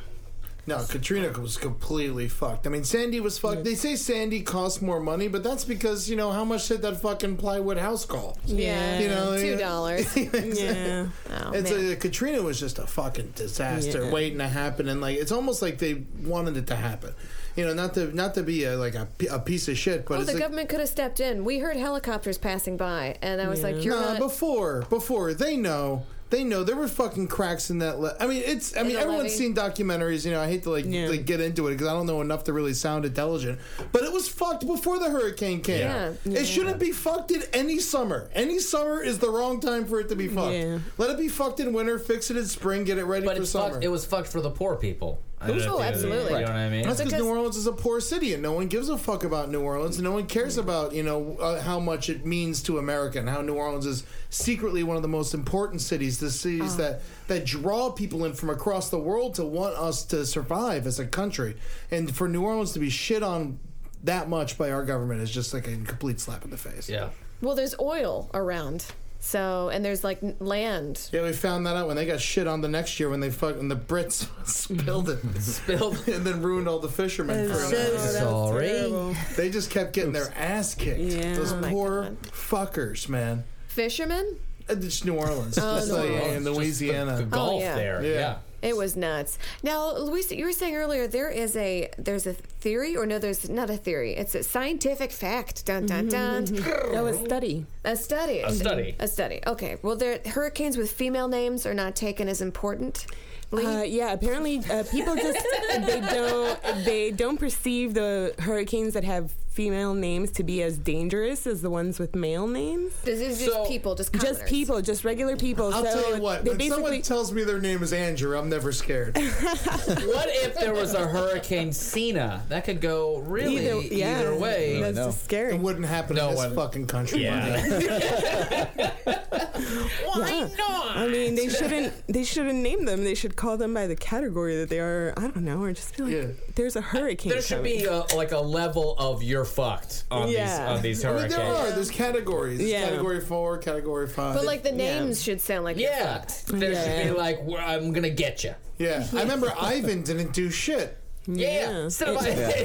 S4: No, Katrina was completely fucked. I mean, Sandy was fucked. They say Sandy costs more money, but that's because you know how much did that fucking plywood house call?
S2: Yeah.
S4: you know,
S2: $2.
S6: yeah.
S4: it's
S2: man.
S4: a, Katrina was just a fucking disaster
S2: Yeah.
S4: waiting to happen, and like it's almost like they wanted it to happen. You know, not to not to be a, like a, p- a piece of shit, but
S2: oh,
S4: it's
S2: the
S4: like,
S2: government could have stepped in. We heard helicopters passing by, and I was like, "You're
S4: Nah,
S2: not."
S4: before before they know they know there were fucking cracks in that. Le- I mean, it's I
S2: In
S4: mean
S2: the
S4: everyone's
S2: levee.
S4: seen documentaries. You know, I hate to like, like get into it because I don't know enough to really sound intelligent. But it was fucked before the hurricane came.
S1: Yeah.
S4: It shouldn't be fucked in any summer. Any summer is the wrong time for it to be fucked. Let it be fucked in winter. Fix it in spring. Get it ready
S5: But
S4: for
S5: it's
S4: summer.
S5: fucked, it was fucked for the poor people. I
S4: It was-
S5: don't know if you- You know what I mean?
S4: That's because New Orleans is a poor city, and no one gives a fuck about New Orleans, and no one cares about you know uh, how much it means to America, and how New Orleans is secretly one of the most important cities, the
S1: Uh-huh.
S4: cities that that draw people in from across the world to want us to survive as a country, and for New Orleans to be shit on that much by our government is just like a complete slap in the face.
S5: Yeah.
S2: Well, there's oil around, so and there's like n- land.
S4: Yeah, we found that out when they got shit on the next year when they fuck when the Brits spilled it,
S5: spilled,
S4: and then ruined all the fishermen.
S1: That's
S4: for an
S1: so-
S4: hour.
S1: that was Sorry. terrible.
S4: they just kept getting their ass kicked.
S2: Yeah.
S4: Those
S2: Oh my
S4: poor fuckers, man.
S2: Fishermen.
S4: Uh, It's New Orleans,
S2: Oh,
S4: It's
S2: New
S4: like
S2: Orleans.
S4: in
S2: Just the-
S4: Louisiana,
S2: the gulf Oh, yeah. there,
S5: yeah.
S2: It was nuts. Now, Luis, you were saying earlier there is a there's a theory, or no, there's not a theory. It's a scientific fact. Dun dun dun.
S6: Mm-hmm, No, a study.
S2: A study.
S6: A study.
S2: A study. Okay. Well, there hurricanes with female names are not taken as important.
S6: Uh, yeah, apparently uh, people just they don't they don't perceive the hurricanes that have female names to be as dangerous as the ones with male names.
S2: This is just people, just
S6: Just
S2: commoners.
S6: people, just regular people.
S4: I'll
S6: so
S4: tell you what.
S6: They
S4: When someone
S6: basically
S4: tells me their name is Andrew, I'm never scared.
S5: what if there was a Hurricane Cena? That could go really either, way.
S6: scary.
S4: It wouldn't happen in this fucking country.
S5: Yeah.
S4: Monday.
S6: Yeah. I mean, they shouldn't. They shouldn't name them. They should call them by the category that they are. I don't know, or just be like,
S5: Yeah.
S6: "There's a hurricane."
S5: There should be a, like a level of you're fucked on
S6: Yeah.
S5: these on these
S4: I mean,
S5: hurricanes.
S4: there are. There's categories. There's
S5: Yeah.
S4: Category four, category five.
S2: But like the names should sound like you're
S5: Yeah.
S2: fucked.
S5: There should be
S2: Yeah.
S5: like "Well, I'm gonna get you.
S4: Yeah. I remember Ivan didn't do shit.
S5: Yeah. So I-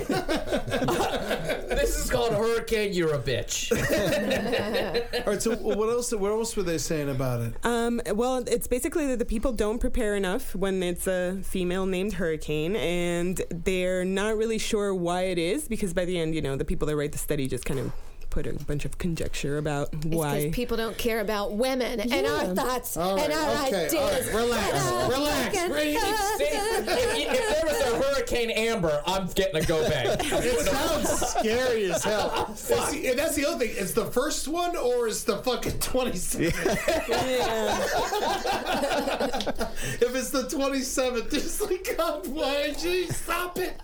S5: this is called Hurricane. You're a bitch.
S4: All right. So what else? What else were they saying about it?
S6: Um, well, it's basically that the people don't prepare enough when it's a female named hurricane, and they're not really sure why it is because by the end, you know, the people that write the study just kind of put a bunch of conjecture about why.
S2: Because people don't care about women and
S6: Yeah.
S2: our thoughts
S6: All
S2: and
S6: right,
S2: our
S6: okay, all
S2: ideas.
S6: right, relax,
S2: and our
S6: relax,
S2: fucking-
S6: Brady.
S5: See, if, you- if there was a Hurricane Amber, I'm getting a go bag.
S4: It sounds scary as hell. That's the, and that's the other thing. It's the first one or it's the fucking 27th. if it's the 27th, it's like, God, why, gee, stop it.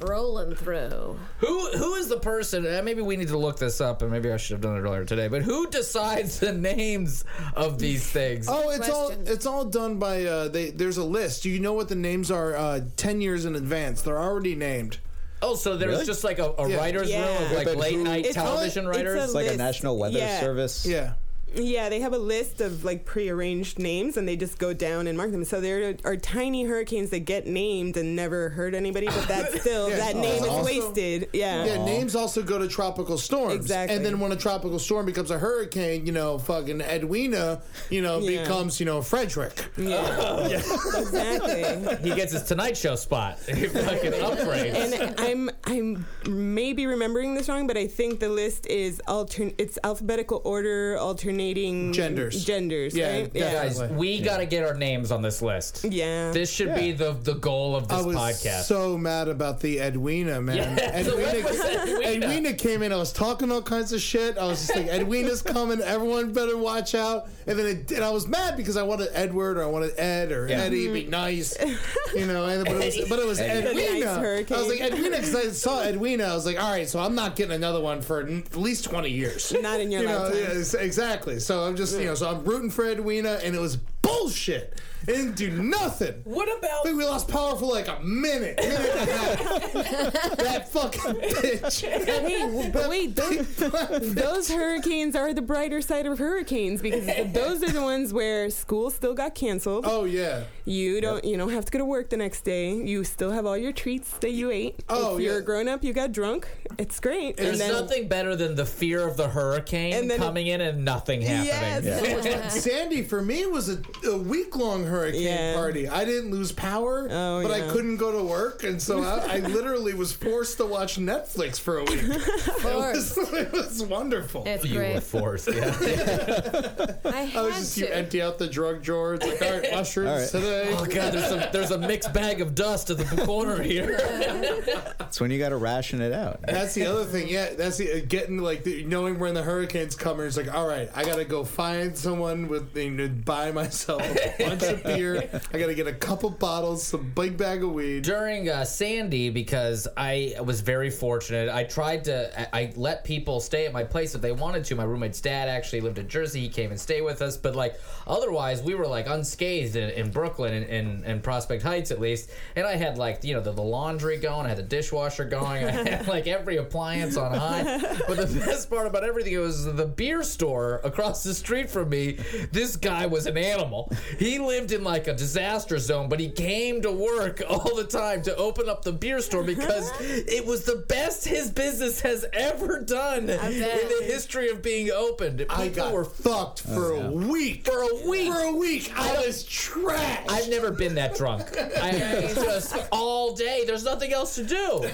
S2: Rolling through.
S5: Who who is the person? uh, Maybe we need to look this up, and maybe I should have done it earlier today. But who decides the names of these things?
S4: Oh, it's all it's all done by uh, they. There's a list. You know what the names are uh, ten years in advance. They're already named.
S5: Oh, so there's
S4: Really?
S5: just like a, a
S4: Yeah.
S5: writer's room of
S4: Yeah.
S5: like
S4: But
S5: late
S4: who-
S5: night
S4: It's all-
S5: television
S4: it's a
S5: writers.
S6: It's like a list.
S7: National Weather
S6: Yeah.
S7: Service.
S4: Yeah.
S6: Yeah, they have a list of like prearranged names and they just go down and mark them. So there are tiny hurricanes that get named and never hurt anybody, but that's still,
S4: Yeah.
S6: that
S4: Oh.
S6: name is
S4: Also-
S6: wasted. Yeah.
S4: Yeah, names also go to tropical storms.
S6: Exactly.
S4: And then when a tropical storm becomes a hurricane, you know, fucking Edwina, you know,
S6: Yeah.
S4: becomes, you know, Frederick.
S5: Yeah.
S6: exactly.
S5: he gets his Tonight Show spot. He fucking upgrades.
S6: and I'm I'm maybe remembering this wrong, but I think the list is altern it's alphabetical order, alternating
S5: Genders.
S6: genders. right?
S5: guys, we gotta get our names on this list.
S6: Yeah.
S5: This should be the the goal of this
S4: I was
S5: podcast.
S4: so mad about the Edwina, man.
S5: Yeah. So what was
S4: Edwina,
S5: Edwina?
S4: Edwina came in. I was talking all kinds of shit. I was just like, Edwina's coming. Everyone better watch out. And then it, and I was mad because I wanted Edward or I wanted Ed or
S5: Yeah. Mm-hmm.
S4: Eddie. Be nice, you know. And, but, it was, but it was
S5: Eddie.
S4: Edwina.
S5: The nice hurricane.
S4: I was like Edwina because I saw Edwina. I was like, all right, so I'm not getting another one for n- at least twenty years.
S6: Not in your
S4: you know,
S6: lifetime.
S4: yes, Exactly. So I'm just you know, so I'm rooting for Edwina, and it was bullshit. It didn't do nothing.
S5: What about?
S4: I think we lost power for like a minute. minute and a half. that fucking bitch.
S6: Hey, but wait, those, those hurricanes are the brighter side of hurricanes because those are the ones where school still got canceled.
S4: Oh yeah.
S6: You don't you don't have to go to work the next day. You still have all your treats that you ate.
S4: Oh,
S6: if you're
S4: yeah.
S6: a grown up, you got drunk. It's great.
S5: There's nothing better than the fear of the hurricane
S6: And then-
S5: coming in and nothing happening.
S4: Sandy for me was a, a week long hurricane
S6: Yeah. Oh,
S4: party. I didn't lose power, but I
S6: yeah.
S4: couldn't go to work, and so I, I literally was forced to watch Netflix for a week. It was, it was wonderful.
S2: It's
S5: You were forced, yeah.
S6: Oh,
S2: I
S4: I was
S2: had
S4: just you
S2: to.
S4: empty out the drug drawer. It's like all right, mushrooms
S7: All right.
S4: today.
S5: Oh god, there's a, there's a mixed bag of dust at the corner here.
S7: It's when you got to ration it out.
S4: That's the other thing. Yeah, that's the uh, getting like the, knowing when the hurricane's coming. It's like, all right, I gotta go find someone with you know, buy myself a bunch of beer. I gotta get a couple bottles, some big bag of weed.
S5: During uh, Sandy, because I was very fortunate, I tried to I, I let people stay at my place if they wanted to. My roommate's dad actually lived in Jersey; he came and stayed with us. But like otherwise, we were like unscathed in, in Brooklyn and in, in Prospect Heights at least. And I had like you know the, the laundry going, I had the dishwasher going, I had like every appliance on high. But the best part about everything was the beer store across the street from me. This guy was an animal. He lived in like a disaster zone, but he came to work all the time to open up the beer store because it was the best his business has ever done in the history of being opened. People
S4: I got
S5: were
S4: fucked for a week.
S5: For a week.
S4: For a week. I was trash.
S5: I've never been that drunk. I just all day. There's nothing else to do.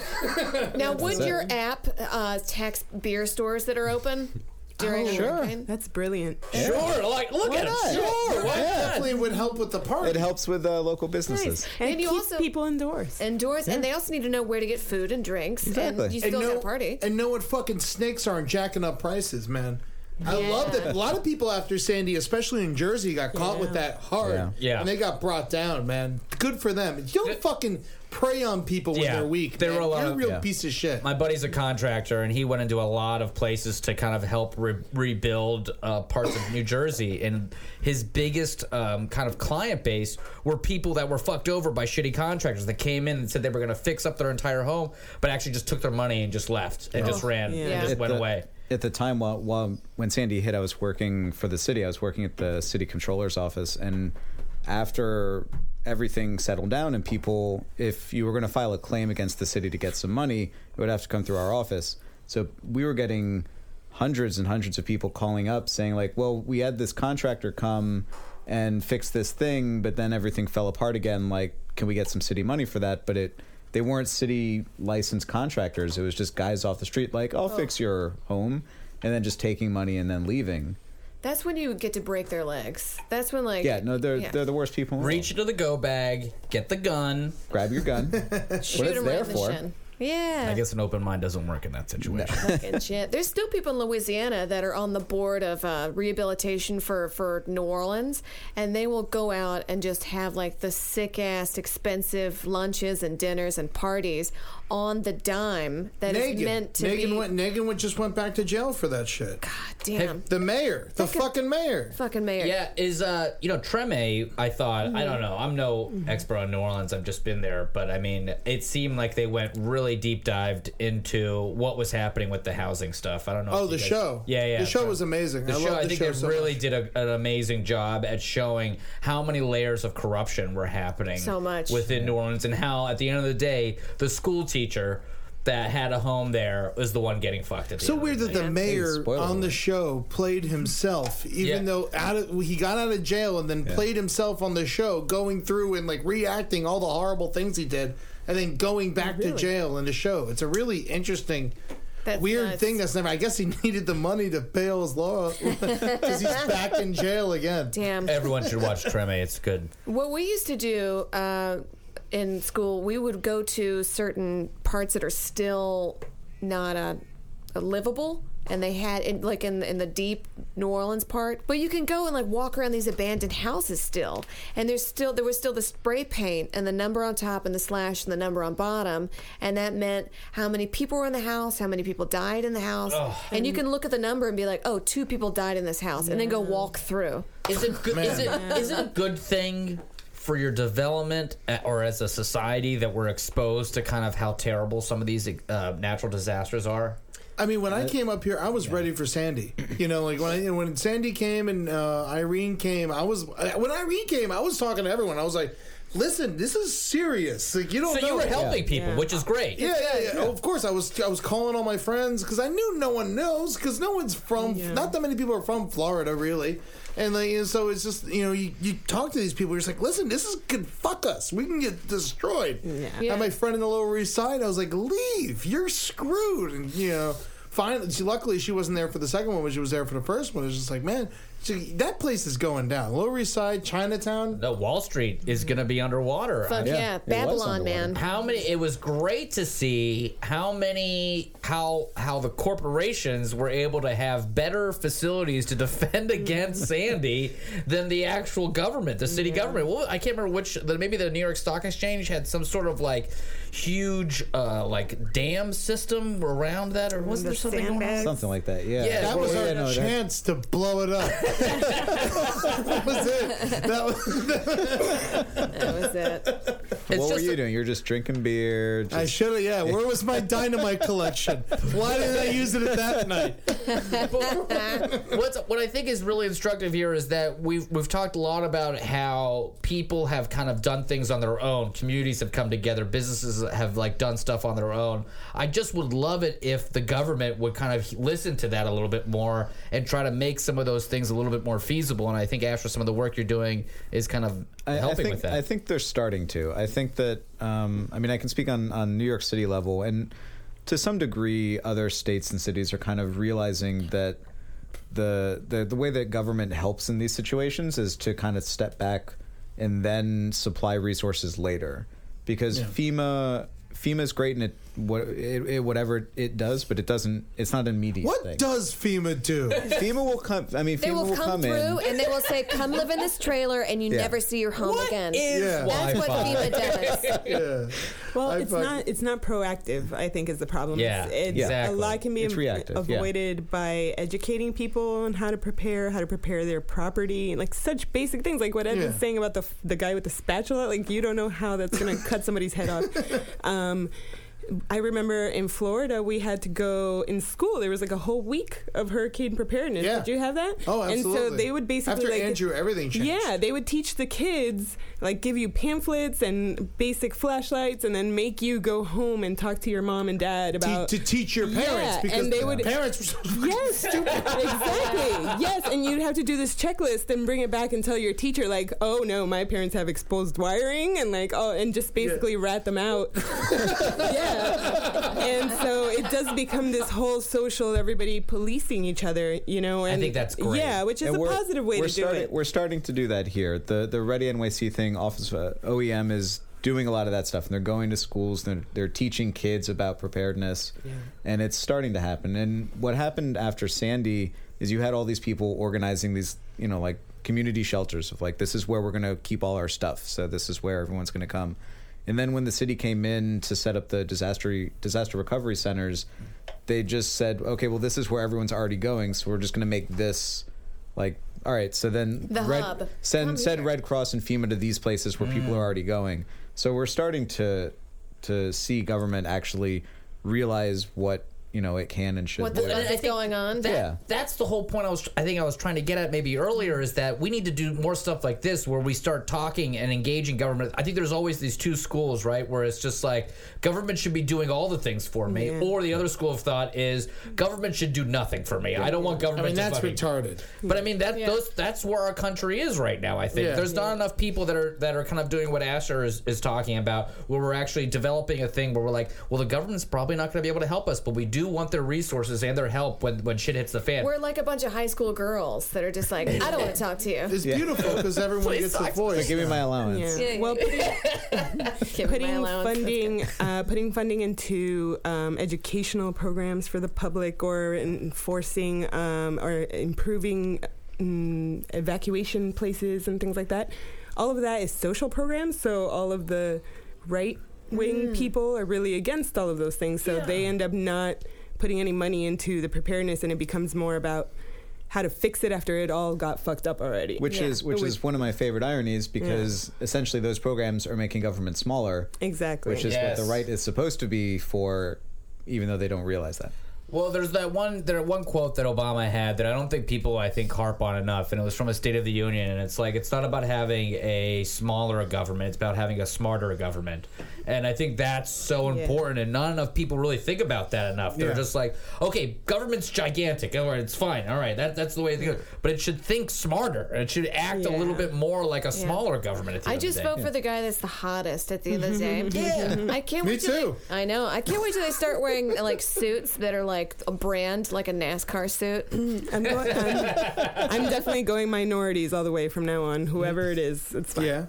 S2: Now, would your app uh, text beer stores that are open? during
S6: Oh,
S2: a
S6: sure.
S2: hurricane?
S6: That's brilliant.
S5: Sure, like look
S6: Why
S5: at
S6: not?
S5: it. Sure, why
S6: Yeah.
S5: not?
S4: Definitely would help with the park.
S7: It helps with uh, local businesses.
S2: And, you also people
S6: indoors.
S2: Indoors, and they also need to know where to get food and drinks. And you still
S4: know,
S2: have a party.
S4: And know what fucking snakes are and jacking up prices, man. I
S2: Yeah.
S4: love that. A lot of people after Sandy, especially in Jersey, got caught with that hard.
S5: Yeah. Yeah.
S4: And they got brought down, man. Good for them. You Don't fucking prey on people when they're weak.
S5: There
S4: man.
S5: were a lot
S4: You're
S5: of-
S4: real
S5: yeah.
S4: piece of shit.
S5: My buddy's a contractor, and he went into a lot of places to kind of help re- rebuild uh, parts of New Jersey. And his biggest um, kind of client base were people that were fucked over by shitty contractors that came in and said they were going to fix up their entire home, but actually just took their money and just left and
S7: Yeah.
S5: just ran and just
S7: At
S5: went
S7: the-
S5: away.
S7: At the time, while, while when Sandy hit, I was working for the city. I was working at the city controller's office, and after everything settled down and people, if you were going to file a claim against the city to get some money, it would have to come through our office. So we were getting hundreds and hundreds of people calling up saying like, "Well, we had this contractor come and fix this thing, but then everything fell apart again. Like, can we get some city money for that?" But it they weren't city licensed contractors. It was just guys off the street, like,
S2: Oh.
S7: I'll fix your home, and then just taking money and then leaving.
S2: That's when you get to break their legs. That's when like
S7: yeah, no, they're they're the worst people. in the
S5: Reach into the go bag, get the gun,
S7: grab your gun.
S2: shoot
S5: what it's
S2: 'em right
S5: there
S2: in the
S5: for.
S2: shin. Yeah.
S5: I guess an open mind doesn't work in that situation.
S2: Fucking shit. There's still people in Louisiana that are on the board of uh, rehabilitation for, for New Orleans, and they will go out and just have like the sick ass, expensive lunches and dinners and parties on the dime that is
S4: Nagin.
S2: meant to
S4: Nagin
S2: be.
S4: went. Nagin went, just went back to jail for that shit. God
S2: damn.
S4: The mayor. The fucking mayor.
S2: Fucking mayor.
S5: Yeah, is uh, you know, Treme. I thought I don't know. I'm no
S4: Mm-hmm.
S5: expert on New Orleans. I've just been there, but I mean, it seemed like they went really deep dived into what was happening with the housing stuff. I don't know.
S4: Oh,
S5: if
S4: the
S5: you guys-
S4: show.
S5: Yeah, yeah.
S4: The show was amazing.
S5: The
S4: I
S5: show.
S4: love
S5: I
S4: the
S5: think
S4: show
S5: they
S4: so
S5: really did a, an amazing job at showing how many layers of corruption were happening
S2: So much.
S5: within New Orleans, and how at the end of the day, the school teacher that had a home there was the one getting fucked. At the
S4: So
S5: end of
S4: weird
S5: the
S4: that the
S5: day.
S4: mayor on the show played himself, even though out of, he got out of jail and then played himself on the show, going through and like reacting all the horrible things he did, and then going back to jail in the show. It's a really interesting.
S2: That's
S4: Weird
S2: nuts.
S4: thing that's never. I guess he needed the money to pay all his law because he's back in jail again.
S2: Damn.
S5: Everyone should watch Treme. It's good.
S2: What we used to do uh, in school, we would go to certain parts that are still not uh livable. And they had in, like in in the deep New Orleans part, but you can go and like walk around these abandoned houses still, and there's still there was still the spray paint and the number on top and the slash and the number on bottom, and that meant how many people were in the house, how many people died in the house,
S5: Ugh.
S2: and you can look at the number and be like, oh, two people died in this house, and then go walk through.
S5: Is it good? Is it, is it a good thing for your development uh, or as a society that we're exposed to kind of how terrible some of these uh, natural disasters are?
S4: I mean, when I came up here, I was ready for Sandy. You know, like when I, when Sandy came and uh, Irene came, I was when Irene came, I was talking to everyone. I was like, "Listen, this is serious. Like you don't."
S5: So
S4: know
S5: you were
S4: it."
S5: helping people, which is great.
S4: Yeah, yeah, yeah. Of course, I was. I was calling all my friends because I knew no one knows because no one's from. Not that many people are from Florida, really. And like, and so it's just you know, you, you talk to these people, you're just like, listen, this is could fuck us. We can get destroyed.
S2: Yeah.
S4: And my friend in the Lower East Side, I was like, leave. You're screwed. And you know, finally, she, luckily she wasn't there for the second one, but she was there for the first one. It's just like, man, she, that place is going down. Lower East Side, Chinatown.
S5: No, Wall Street is going to be underwater.
S2: Fuck Yeah, yeah. it was Babylon, underwater. man.
S5: How many? It was great to see how many how how the corporations were able to have better facilities to defend against Sandy than the actual government, the city government. Well, I can't remember which. the- Maybe the New York Stock Exchange had some sort of like huge uh, like dam system around that, or was not there something going on?
S7: Something like that, yeah.
S5: Yeah,
S4: that
S5: well,
S4: was
S5: yeah,
S4: our
S5: no, that-
S4: chance to blow it up. that was it. That was,
S2: That was it.
S7: what were you doing? You're just drinking beer. Just,
S4: I should have. Yeah, where was my dynamite collection? Why did I use it at that night?
S5: What's, what I think is really instructive here is that we've we've talked a lot about how people have kind of done things on their own. Communities have come together. Businesses have like done stuff on their own. I just would love it if the government would kind of listen to that a little bit more and try to make some of those things a little bit more feasible. And I think Asher, some of the work you're doing is kind of
S7: I, I
S5: helping
S7: think,
S5: with that.
S7: I think they're starting to. I think that um, I mean I can speak on on New York City level, and to some degree, other states and cities are kind of realizing that the the the way that government helps in these situations is to kind of step back and then supply resources later, because
S9: Yeah.
S7: FEMA. FEMA is great in it, what, it, it, whatever it does, but it doesn't. It's not an immediate
S4: What
S7: thing.
S4: does FEMA do?
S7: FEMA will come. I mean,
S2: They
S7: FEMA
S2: will come,
S7: in.
S2: through and they will say, "Come live in this trailer," and you
S7: Yeah.
S2: never see your home again.
S4: Yeah.
S2: That's what FEMA does.
S4: yeah.
S6: Well,
S4: I
S6: it's
S4: fuck-
S6: not it's not proactive. I think is the problem.
S4: Yeah,
S6: Um, it's, it's
S4: exactly.
S6: a lot can be
S4: It's
S6: av-
S4: reactive, yeah.
S6: avoided by educating people on how to prepare, how to prepare their property, like such basic things, like what Ed was
S10: Yeah.
S6: saying about the f- the guy with the spatula. Like you don't know how that's going to cut somebody's head off. Um, I remember in Florida, we had to go in school. There was like a whole week of hurricane preparedness.
S4: Yeah.
S6: Did you have that?
S4: Oh,
S6: And so
S4: absolutely.
S6: they would basically
S4: After
S6: like,
S4: Andrew, everything changed.
S6: Yeah, they would teach the kids, like give you pamphlets and basic flashlights, and then make you go home and talk to your mom and dad about
S4: to teach your parents
S6: Yeah,
S4: because
S6: and they would
S4: parents were so fucking
S6: yes,
S4: stupid.
S6: exactly. Yes, and you'd have to do this checklist and bring it back and tell your teacher, like, oh no, my parents have exposed wiring, and like, oh, and just basically rat them out. yeah, and so it does become this whole social everybody policing each other, you know. And Yeah, which is
S7: And
S6: a
S7: we're-
S6: positive way
S7: we're
S6: to
S7: starting,
S6: do it.
S7: We're starting to do that here. The the Ready NYC thing, Office of uh, OEM is doing a lot of that stuff, and they're going to schools. They're they're teaching kids about preparedness, and it's starting to happen. And what happened after Sandy is you had all these people organizing these, you know, like community shelters of like this is where we're going to keep all our stuff. So this is where everyone's going to come. And then when the city came in to set up the disaster disaster recovery centers, they just said, okay, well this is where everyone's already going, so we're just going to make this like all right so then
S2: The
S7: red,
S2: hub. Come
S7: send send
S2: here.
S7: red cross and fema to these places where people are already going so we're starting to to see government actually realize what you know it can and should
S2: What the
S7: do.
S2: fuck is going on?
S7: that- Yeah.
S5: That's the whole point I was I think I was trying to get at maybe earlier is that we need to do more stuff like this where we start talking and engaging government. I think there's always these two schools, right, where it's just like government should be doing all the things for me
S4: Yeah.
S5: or the other school of thought is government should do nothing for me. I don't want
S4: I
S5: government
S4: mean,
S5: to
S4: that's
S5: fucking-
S4: retarded.
S5: But I mean that those that's where our country is right now. I think
S4: Yeah.
S5: there's not enough people that are that are kind of doing what Asher is, is talking about, where we're actually developing a thing where we're like, well, the government's probably not going to be able to help us, but we do want their resources and their help when when shit hits the fan.
S2: We're like a bunch of high school girls that are just like, I don't want to talk to you.
S4: It's beautiful because everyone gets a voice.
S7: But give me my allowance
S2: Yeah.
S6: Well,
S2: Give me my
S6: putting
S2: allowance.
S6: funding uh, putting funding into um, educational programs for the public or enforcing um, or improving mm, evacuation places and things like that all of that is social programs so all of the right wing people are really against all of those things so they end up not putting any money into the preparedness and it becomes more about how to fix it after it all got fucked up already
S7: which is which is one of my favorite ironies because essentially those programs are making government smaller
S6: exactly
S7: which is
S5: Yes.
S7: what the right is supposed to be for even though they don't realize that
S5: Well, there's that one there one quote that Obama had that I don't think people I think harp on enough, and it was from a State of the Union, and it's like it's not about having a smaller government, it's about having a smarter government, and I think that's so
S8: Yeah.
S5: important, and not enough people really think about that enough. They're
S8: Yeah.
S5: just like, okay, government's gigantic, all right, it's fine, all right, that that's the way it goes, but it should think smarter, and it should act a little bit more like a smaller government. At the
S2: I
S5: end of the
S2: just
S5: day.
S2: vote for the guy that's the hottest at the end of the day.
S5: Yeah.
S2: I can't
S5: Me
S2: wait till
S5: too.
S2: They, I know. I can't wait till they start wearing like suits that are like a brand, like a NASCAR suit.
S6: I'm going. I'm definitely going minorities all the way from now on. Whoever it is, it's fine.
S4: Yeah.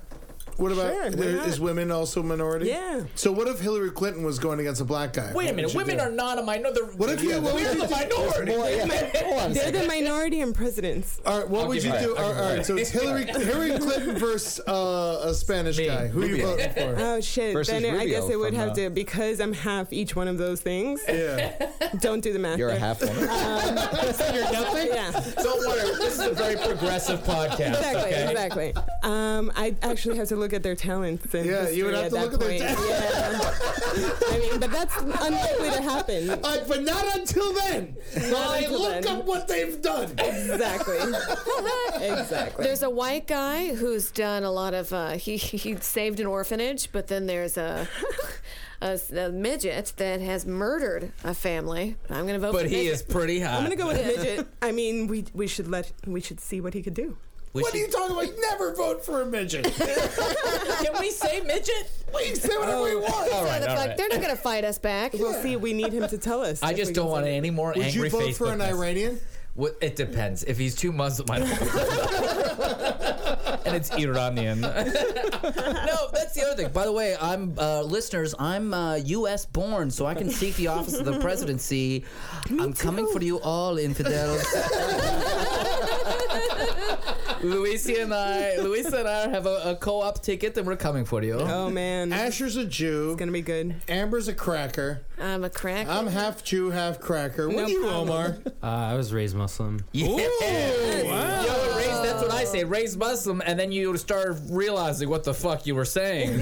S4: What about
S6: Sure, why
S4: there-
S6: not?
S4: is women also a minority?
S6: Yeah.
S4: So what if Hillary Clinton was going against a black guy?
S5: Wait a minute, women are not a minority.
S4: What if you? What
S5: we're
S4: would you
S5: the
S4: do?
S5: minority?
S6: They're the minority in presidents.
S4: All right, what would you do? All right, all right, so it's Hillary Hillary Clinton versus uh, a Spanish guy. Who are you voting for?
S6: Oh shit! then it- I guess it would
S5: uh,
S6: have to because I'm half each one of those things.
S4: Yeah.
S6: Don't do the math.
S7: You're a half woman.
S6: You're nothing. Yeah.
S5: Don't worry, this is a very progressive podcast.
S6: Exactly.
S5: okay?
S6: Exactly. Um, I actually have to look at their talents. And
S4: Yeah, you would
S6: history
S4: have to
S6: that
S4: look at their
S6: point. Yeah. I mean, but that's unlikely to happen.
S4: Uh, but not until then.
S6: Not
S4: I
S6: until
S4: look
S6: then.
S4: up what they've done.
S6: Exactly. exactly.
S2: There's a white guy who's done a lot of. Uh, he he saved an orphanage, but then there's a. A, a midget that has murdered a family. I'm gonna vote. for midget.
S6: I'm gonna go with midget. I mean, we we should let we should see what he could do.
S4: what are you talking about? Never vote for a midget.
S5: Can we say midget?
S4: We can say
S6: Oh,
S4: whatever we want.
S2: All right, all right. They're not gonna fight us back.
S6: We'll see. We need him to tell us.
S5: I just don't want any more
S4: Would
S5: angry
S4: you vote for
S5: Facebook
S4: an
S5: mess-
S4: Iranian?
S5: What, it depends. If he's too Muslim, I don't- and it's Iranian. no, that's the other thing. By the way, I'm uh, listeners. I'm uh, U.S. born, so I can seek the office of the presidency. I'm coming for you all, infidels. Luisa and I, Luisa and I have a, a co-op ticket, and we're coming for you.
S6: Oh man,
S4: Asher's a Jew. It's
S6: gonna be good.
S4: Amber's a cracker.
S2: I'm a cracker.
S4: I'm half Jew, half cracker. What
S8: No
S4: are you,
S8: problem.
S4: Omar?
S8: Uh, I was raised Muslim.
S5: Yeah. Yo, raise, that's what I say. Raise Muslim, and then you start realizing what the fuck you were saying.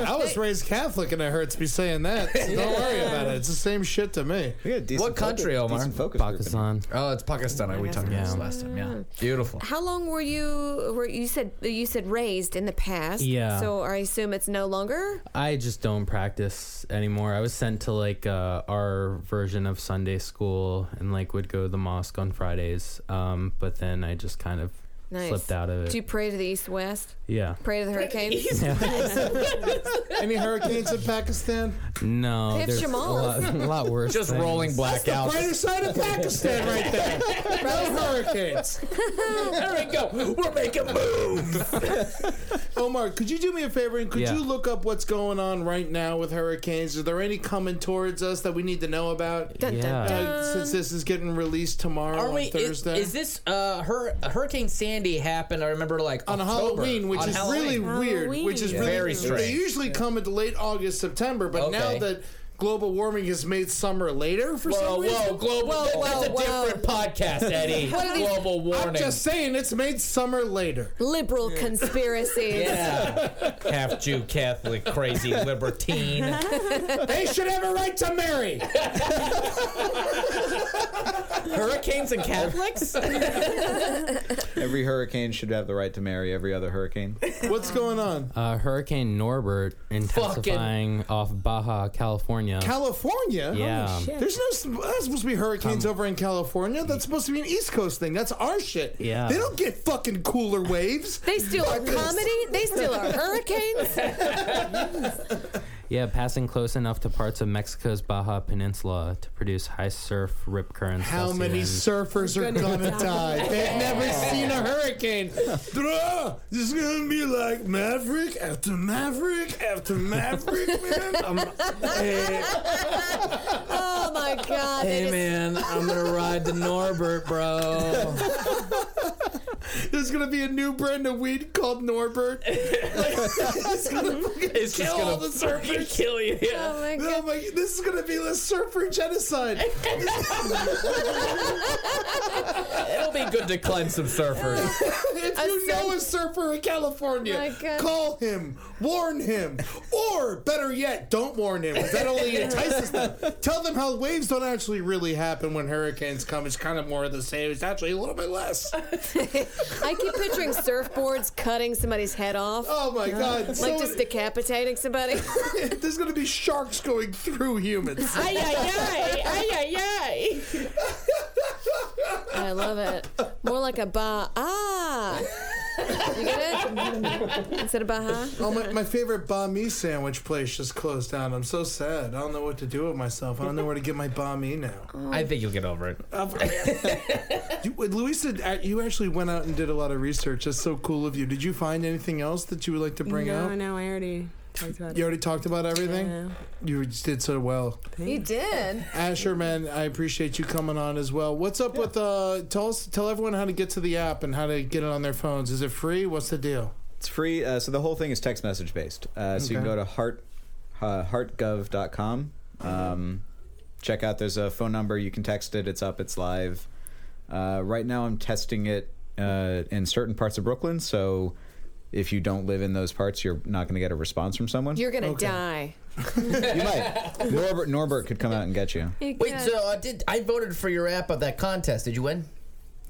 S4: I was raised Catholic and it hurts me saying that. So don't worry about it. It's the same shit to me.
S5: what country, Omar?
S8: Pakistan.
S5: Oh, it's Pakistan. we talked about this last time. Yeah, beautiful.
S2: How long were you? Were you said you said raised in the past?
S8: Yeah.
S2: So I assume it's no longer.
S8: I just don't practice anymore. I was sent to like uh, our version of Sunday school and like would go to the mosque on Fridays. Um, but then I just kind of
S2: Nice.
S8: slipped out of it.
S2: Do you pray to the east west?
S8: yeah.
S2: Pray to the hurricanes.
S4: Any hurricanes in Pakistan?
S8: No.
S2: They have
S8: there's a
S2: Jamal's.
S8: lot, a lot worse.
S5: Just rolling blackouts.
S4: Brighter side of Pakistan right there. No hurricanes.
S5: there we go. We're making moves.
S4: Omar, could you do me a favor and could
S8: Yeah.
S4: you look up what's going on right now with hurricanes? Are there any coming towards us that we need to know about?
S8: Dun, dun, Yeah.
S4: Uh, since this is getting released tomorrow
S5: Are
S4: on
S5: we? Is,
S4: Thursday.
S5: is this uh, hur- Hurricane Sandy happened? I remember like
S4: on
S5: October.
S4: Halloween, which
S5: On
S4: is really
S5: Halloween.
S4: weird, which is
S5: Yeah.
S4: really
S5: very strange.
S4: They usually come into late August, September, but now
S5: Okay.
S4: that global warming has made summer later for
S5: Whoa,
S4: some
S5: whoa,
S4: reason.
S5: global- Whoa, that's whoa, a whoa. different podcast, Eddie. What are these- Global
S4: I'm
S5: warning.
S4: just saying it's made summer later.
S2: Liberal conspiracies.
S5: Yeah. Half Jew, Catholic, crazy libertine.
S4: they should have a right to marry.
S5: Hurricanes and Catholics?
S7: Every hurricane should have the right to marry every other hurricane.
S4: What's going on?
S8: Uh, Hurricane Norbert intensifying off Baja, California.
S4: California?
S8: Yeah. Holy shit.
S4: There's no that's supposed to be hurricanes over in California. That's supposed to be an East Coast thing. That's our shit.
S8: Yeah.
S4: They don't get fucking cooler waves.
S2: They steal our
S4: Fuck this.
S2: comedy. They steal our hurricanes.
S8: yeah, passing close enough to parts of Mexico's Baja Peninsula to produce high surf, rip currents.
S4: How
S8: gusty
S4: many
S8: winds.
S4: surfers are gonna die? They've never seen a hurricane. Bruh, this is gonna be like Maverick after Maverick after Maverick, man.
S5: Um,
S4: I'm- hey,
S2: oh my God.
S5: Hey,
S2: it is-
S5: man, I'm going to ride to Norbert, bro.
S4: there's gonna be a new brand of weed called Norbert. Like, it's gonna fucking
S5: It's just
S4: kill
S5: gonna
S4: all the
S5: fucking
S4: surfers.
S5: kill you. Yeah.
S2: Oh my
S4: No, my, this is gonna be the surfer genocide.
S5: It'll be good to cleanse some surfers.
S4: if you know a surfer in
S2: My
S4: California,
S2: God.
S4: call him, warn him, or better yet, don't warn him. 'cause That only entices them. Tell them how waves don't actually really happen when hurricanes come. It's kind of more of the same. It's actually a little bit less.
S2: I keep picturing surfboards cutting somebody's head off.
S4: Oh my God!
S2: Like
S4: so
S2: just decapitating somebody.
S4: there's gonna be sharks going through humans.
S2: ay, ay, ay, ay, ay, ay. I love it. More like a ba ah. You get it? Instead of baha.
S4: Oh, my, my favorite banh mi sandwich place just closed down. I'm so sad. I don't know what to do with myself. I don't know where to get my banh mi now.
S5: I think you'll get over it.
S4: You, wait, Luisa, uh, you actually went out and did a lot of research. That's so cool of you. Did you find anything else that you would like to bring
S6: no,
S4: up?
S6: no, I already talked about
S4: You
S6: it.
S4: already talked about everything.
S6: Yeah.
S4: You just did so well,
S2: You did.
S4: Asher. Man, I appreciate you coming on as well. What's up with uh? Tell us, tell everyone how to get to the app and how to get it on their phones. Is it free? What's the deal?
S7: It's free. Uh, so the whole thing is text message based. Uh, So you can
S4: Okay.
S7: go to heart uh, heartgov.com. Um, check out. There's a phone number. You can text it. It's up. It's live. Uh, right now, I'm testing it uh, in certain parts of Brooklyn. So if you don't live in those parts, you're not going to get a response from someone.
S2: You're gonna die.
S7: you might. Norbert Norbert could come out and get you.
S2: You
S5: Wait,
S2: got-
S5: so I did. I voted for your app of that contest. Did you win?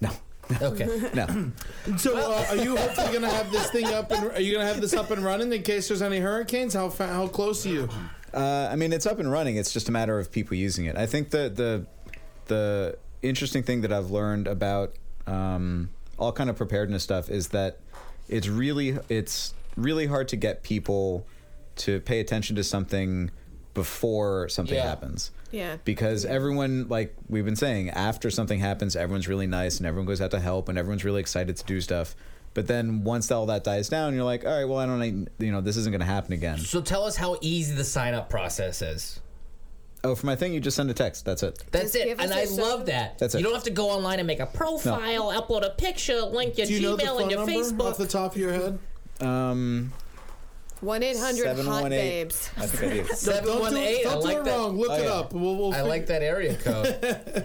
S7: No.
S5: Okay.
S7: No.
S4: So, uh, are you hopefully gonna have this thing up? And, are you gonna have this up and running in case there's any hurricanes? How fa- how close are you?
S7: Uh, I mean, it's up and running. It's just a matter of people using it. I think the the the interesting thing that I've learned about um, all kind of preparedness stuff is that it's really it's really hard to get people to pay attention to something before something
S2: Yeah.
S7: happens.
S2: Yeah.
S7: Because everyone, like we've been saying, after something happens, everyone's really nice and everyone goes out to help and everyone's really excited to do stuff. But then once all that dies down, you're like, all right, well, I don't, need- you know, this isn't going to happen again.
S5: So tell us how easy the sign up process is.
S7: Oh, for my thing, you just send a text. That's it.
S5: That's
S9: Just
S5: it,
S9: give us
S5: and I
S9: your social-
S5: love that.
S7: That's it.
S5: You don't have to go online and make a profile, upload a picture, link your
S4: Do you know the
S5: Gmail
S4: phone
S5: and your
S4: number
S5: Facebook.
S4: off the top of your head?
S7: Um,
S2: One eight hundred hot
S7: 718.
S2: babes.
S7: I think I do.
S4: Don't do it- don't do it wrong. Look it up. We'll, we'll
S5: Oh, I like that area code.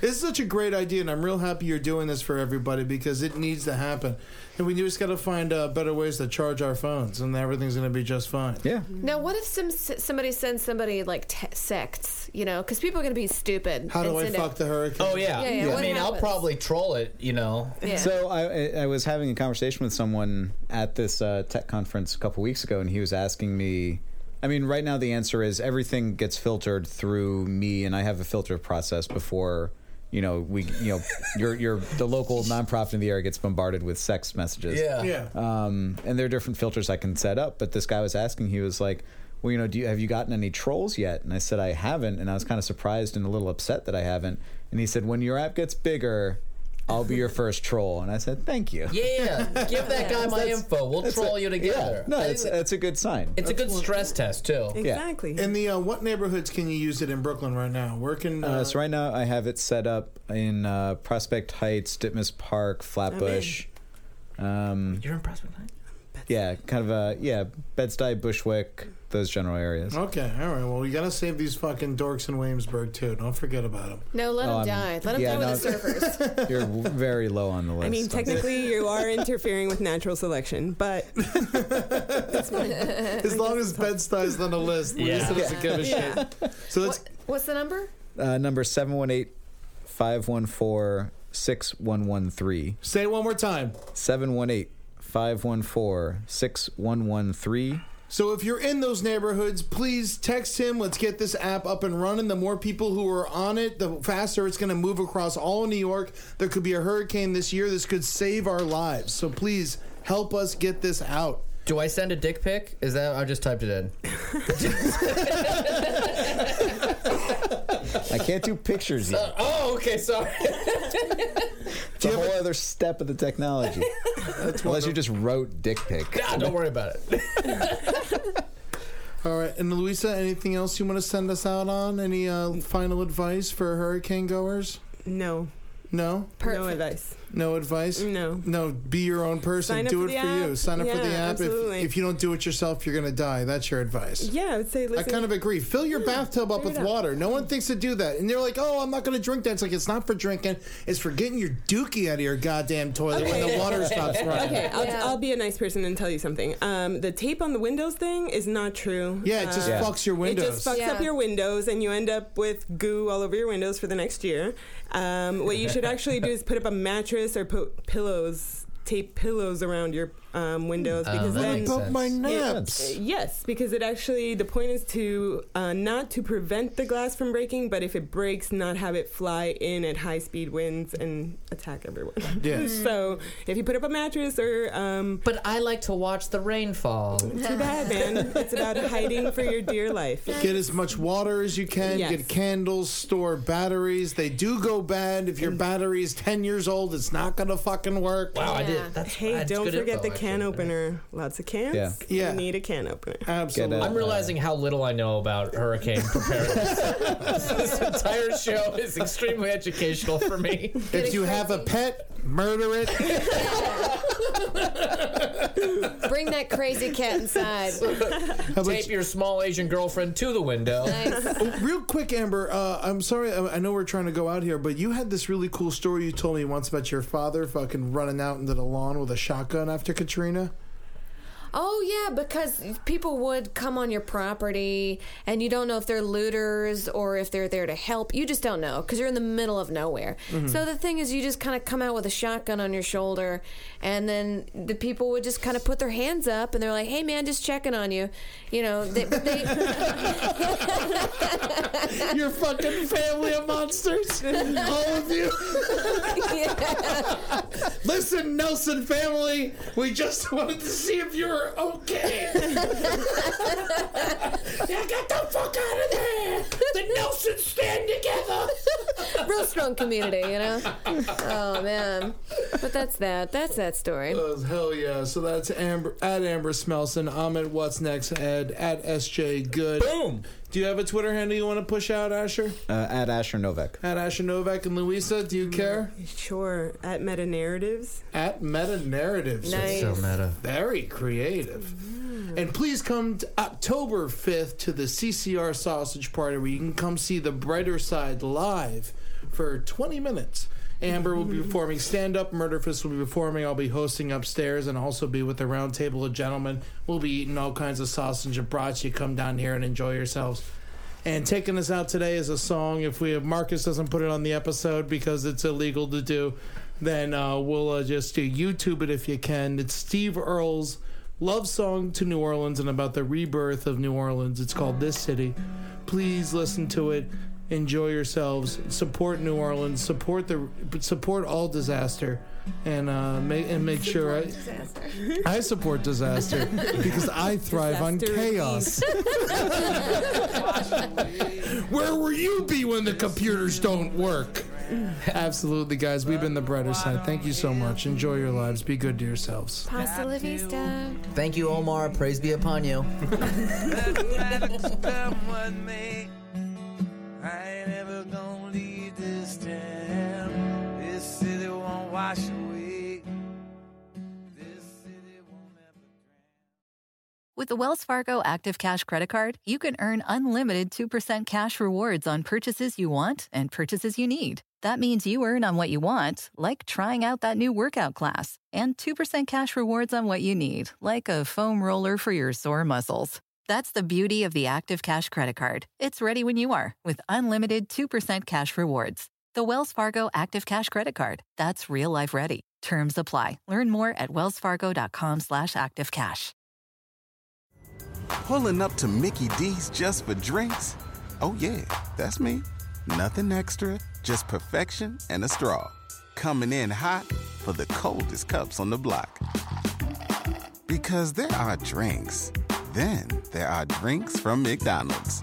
S4: This is such a great idea, and I'm real happy you're doing this for everybody because it needs to happen. And we just got to find uh, better ways to charge our phones, and everything's going to be just fine.
S7: Yeah.
S2: Now, what if some somebody sends somebody like te- sects? You know, because people are going to be stupid.
S7: How do
S2: and
S7: I
S2: send
S7: fuck
S2: it.
S7: the hurricane?
S5: Oh yeah,
S2: Yeah, yeah,
S5: I
S2: what
S5: mean, I'll
S2: happens?
S5: probably troll it. You know.
S7: So I, I- I was having a conversation with someone at this uh, tech conference a couple weeks ago, and he was asking me. I mean, right now the answer is everything gets filtered through me, and I have a filter process before you know we you know your your the local nonprofit in the area gets bombarded with sex messages.
S1: Yeah. Yeah.
S7: Um, and there are different filters I can set up. But this guy was asking, he was like, "Well, you know, do you, have you gotten any trolls yet?" And I said, "I haven't," and I was kind of surprised and a little upset that I haven't. And he said, "When your app gets bigger." I'll be your first troll, and I said, "Thank you."
S5: Yeah, give that guy my
S7: That's-
S5: info. We'll
S7: that's
S5: troll
S7: a-
S5: you together.
S7: Yeah, no, it's it's a good sign.
S5: It's a good stress test too.
S4: Yeah. And the uh, what neighborhoods can you use it in Brooklyn right now? Where can uh,
S7: Uh, so right now I have it set up in uh, Prospect Heights, Ditmas Park, Flatbush.
S6: Mm-hmm.
S7: Um,
S5: You're in Prospect Heights.
S7: yeah, kind of a yeah, Bed Stuy, Bushwick, those general areas.
S4: uh,
S6: Oh.
S4: Okay, all right. Well, we got to save these fucking dorks in Williamsburg too. Don't forget about them.
S2: No, let them
S7: Oh, I'm-
S2: die. Let them
S7: yeah,
S2: die with
S7: no,
S2: the servers.
S7: You're w- very low on the list.
S6: I mean,
S7: so-
S6: technically, you are interfering with natural selection, but
S4: As long as Bed Stuy's on the list, we
S7: Yeah.
S4: just doesn't give a
S7: Yeah.
S4: shit. So let's
S2: What's the number?
S7: uh, number 718-514-6113.
S4: Say it one more time.
S7: 718-514-6113.
S4: So if you're in those neighborhoods, please text him. Let's get this app up and running. The more people who are on it, the faster it's going to move across all of New York. There could be a hurricane this year. This could save our lives. So please help us get this out.
S5: Do I send a dick pic? Is that I just typed it in?
S7: I can't do pictures yet.
S5: oh, okay. Sorry.
S7: It's a whole other step of the technology. Unless you just wrote dick pic.
S5: God, don't worry about it.
S4: All right. And Luisa, anything else you want to send us out on? Any uh, final advice for hurricane goers?
S6: No.
S4: No?
S6: no advice.
S4: No advice?
S6: No.
S4: No, be your own person.
S6: Sign up
S4: do
S6: for
S4: it
S6: the
S4: for you.
S6: app.
S4: Sign up for the
S6: Yeah,
S4: app. If,
S6: absolutely.
S4: if you don't do it yourself, you're going to die. That's your advice.
S6: Yeah, I would say.
S4: I
S6: Listen,
S4: kind of agree. Fill your bathtub up with water. No one thinks to do that. And they're like, oh, I'm not going to drink that. It's like, it's not for drinking. It's for getting your dookie out of your goddamn toilet when the water stops running.
S6: Okay, I'll, I'll be a nice person and tell you something. Um, the tape on the windows thing is not true.
S4: Yeah, it just
S6: Uh,
S4: fucks your
S6: It just
S4: windows.
S6: fucks up
S4: Yeah.
S6: your windows, and you end up with goo all over your windows for the next year. Um, what you should actually do is put up a mattress or put pillows, tape pillows around your um, windows
S4: Oh,
S6: because
S4: that
S6: then
S4: makes What about my
S6: It-
S4: naps?
S6: yes, because it actually the point is to uh, not to prevent the glass from breaking, but if it breaks, not have it fly in at high speed winds and attack everyone.
S4: Yes.
S6: so if you put up a mattress or um,
S5: but I like to watch the rainfall. Too
S6: bad, man. It's about hiding for your dear life.
S4: Get as much water as you can.
S6: Yes.
S4: Get candles. Store batteries. They do go bad. If your battery is 10 years old, it's not going to fucking work.
S6: hey, don't forget the can opener. Lots of cans.
S4: Yeah. Yeah.
S6: You need a can opener.
S4: Absolutely.
S5: I'm realizing how little I know about hurricane preparedness. this entire show is extremely educational for me.
S4: If you have a pet, murder it.
S2: Bring that crazy cat inside.
S5: Tape your small Asian girlfriend to the window.
S4: Oh, Real quick, Amber. Uh, I'm sorry. I I know we're trying to go out here, but you had this really cool story you told me once about your father fucking running out into the lawn with a shotgun after Katrina.
S2: Oh yeah, because people would come on your property, and you don't know if they're looters or if they're there to help. You just don't know because you're in the middle of nowhere.
S10: Mhm.
S2: So the thing is, you just kind of come out with a shotgun on your shoulder, and then the people would just kind of put their hands up, and they're like, "Hey man, just checking on you," you know. They, but they,
S4: Your fucking family of monsters, all of you. Listen, Nelson family, we just wanted to see if you were
S1: You're okay. now get the fuck out of there. The Nelsons stand together.
S2: Real strong community, you know? Oh, man. But that's that. That's that story.
S4: Uh, hell yeah. So that's Amber at Amber Smelson. I'm at What's Next Ed at SJ Good. Boom. Do you have a Twitter handle you want to push out, Asher?
S7: Uh, at Asher Novak.
S4: At Asher Novak and Louisa, do you care?
S6: Sure. At Meta Narratives.
S4: At Meta Narratives.
S6: Nice. That's so meta.
S4: Very creative. And please come to October 5th to the CCR Sausage Party where you can come see the brighter side live for 20 minutes. Amber will be performing stand up, Murderfist will be performing, I'll be hosting upstairs and also be with the round table of gentlemen. We'll be eating all kinds of sausage and brats. You come down here and enjoy yourselves. And taking us out today is a song. If we if Marcus doesn't put it on the episode because it's illegal to do, then uh, we'll uh, just uh, YouTube it if you can. It's Steve Earle's love song to New Orleans and about the rebirth of New Orleans. It's called This City. Please listen to it. Enjoy yourselves. Support New Orleans. Support the support all disaster, and uh, make and make sure I I support disaster because I thrive on chaos. Where will you be when the computers don't work? Absolutely, guys. We've been the brighter side. Thank you so much. Enjoy your lives. Be good to yourselves.
S2: Pasta la vista.
S9: Thank you, Omar. Praise be upon you.
S1: Someone may. I ain't ever gonna leave this town. This city won't wash away.
S11: With the Wells Fargo Active Cash Credit Card, you can earn unlimited 2% cash rewards on purchases you want and purchases you need. That means you earn on what you want, like trying out that new workout class, and 2% cash rewards on what you need, like a foam roller for your sore muscles. That's the beauty of the Active Cash Credit Card. It's ready when you are with unlimited 2% cash rewards. The Wells Fargo Active Cash Credit Card. That's real life ready. Terms apply. Learn more at wellsfargo.com slash active cash.
S12: Pulling up to Mickey D's just for drinks? Oh, yeah, that's me. Nothing extra, just perfection and a straw. Coming in hot for the coldest cups on the block. Because there are drinks, then there are drinks from McDonald's.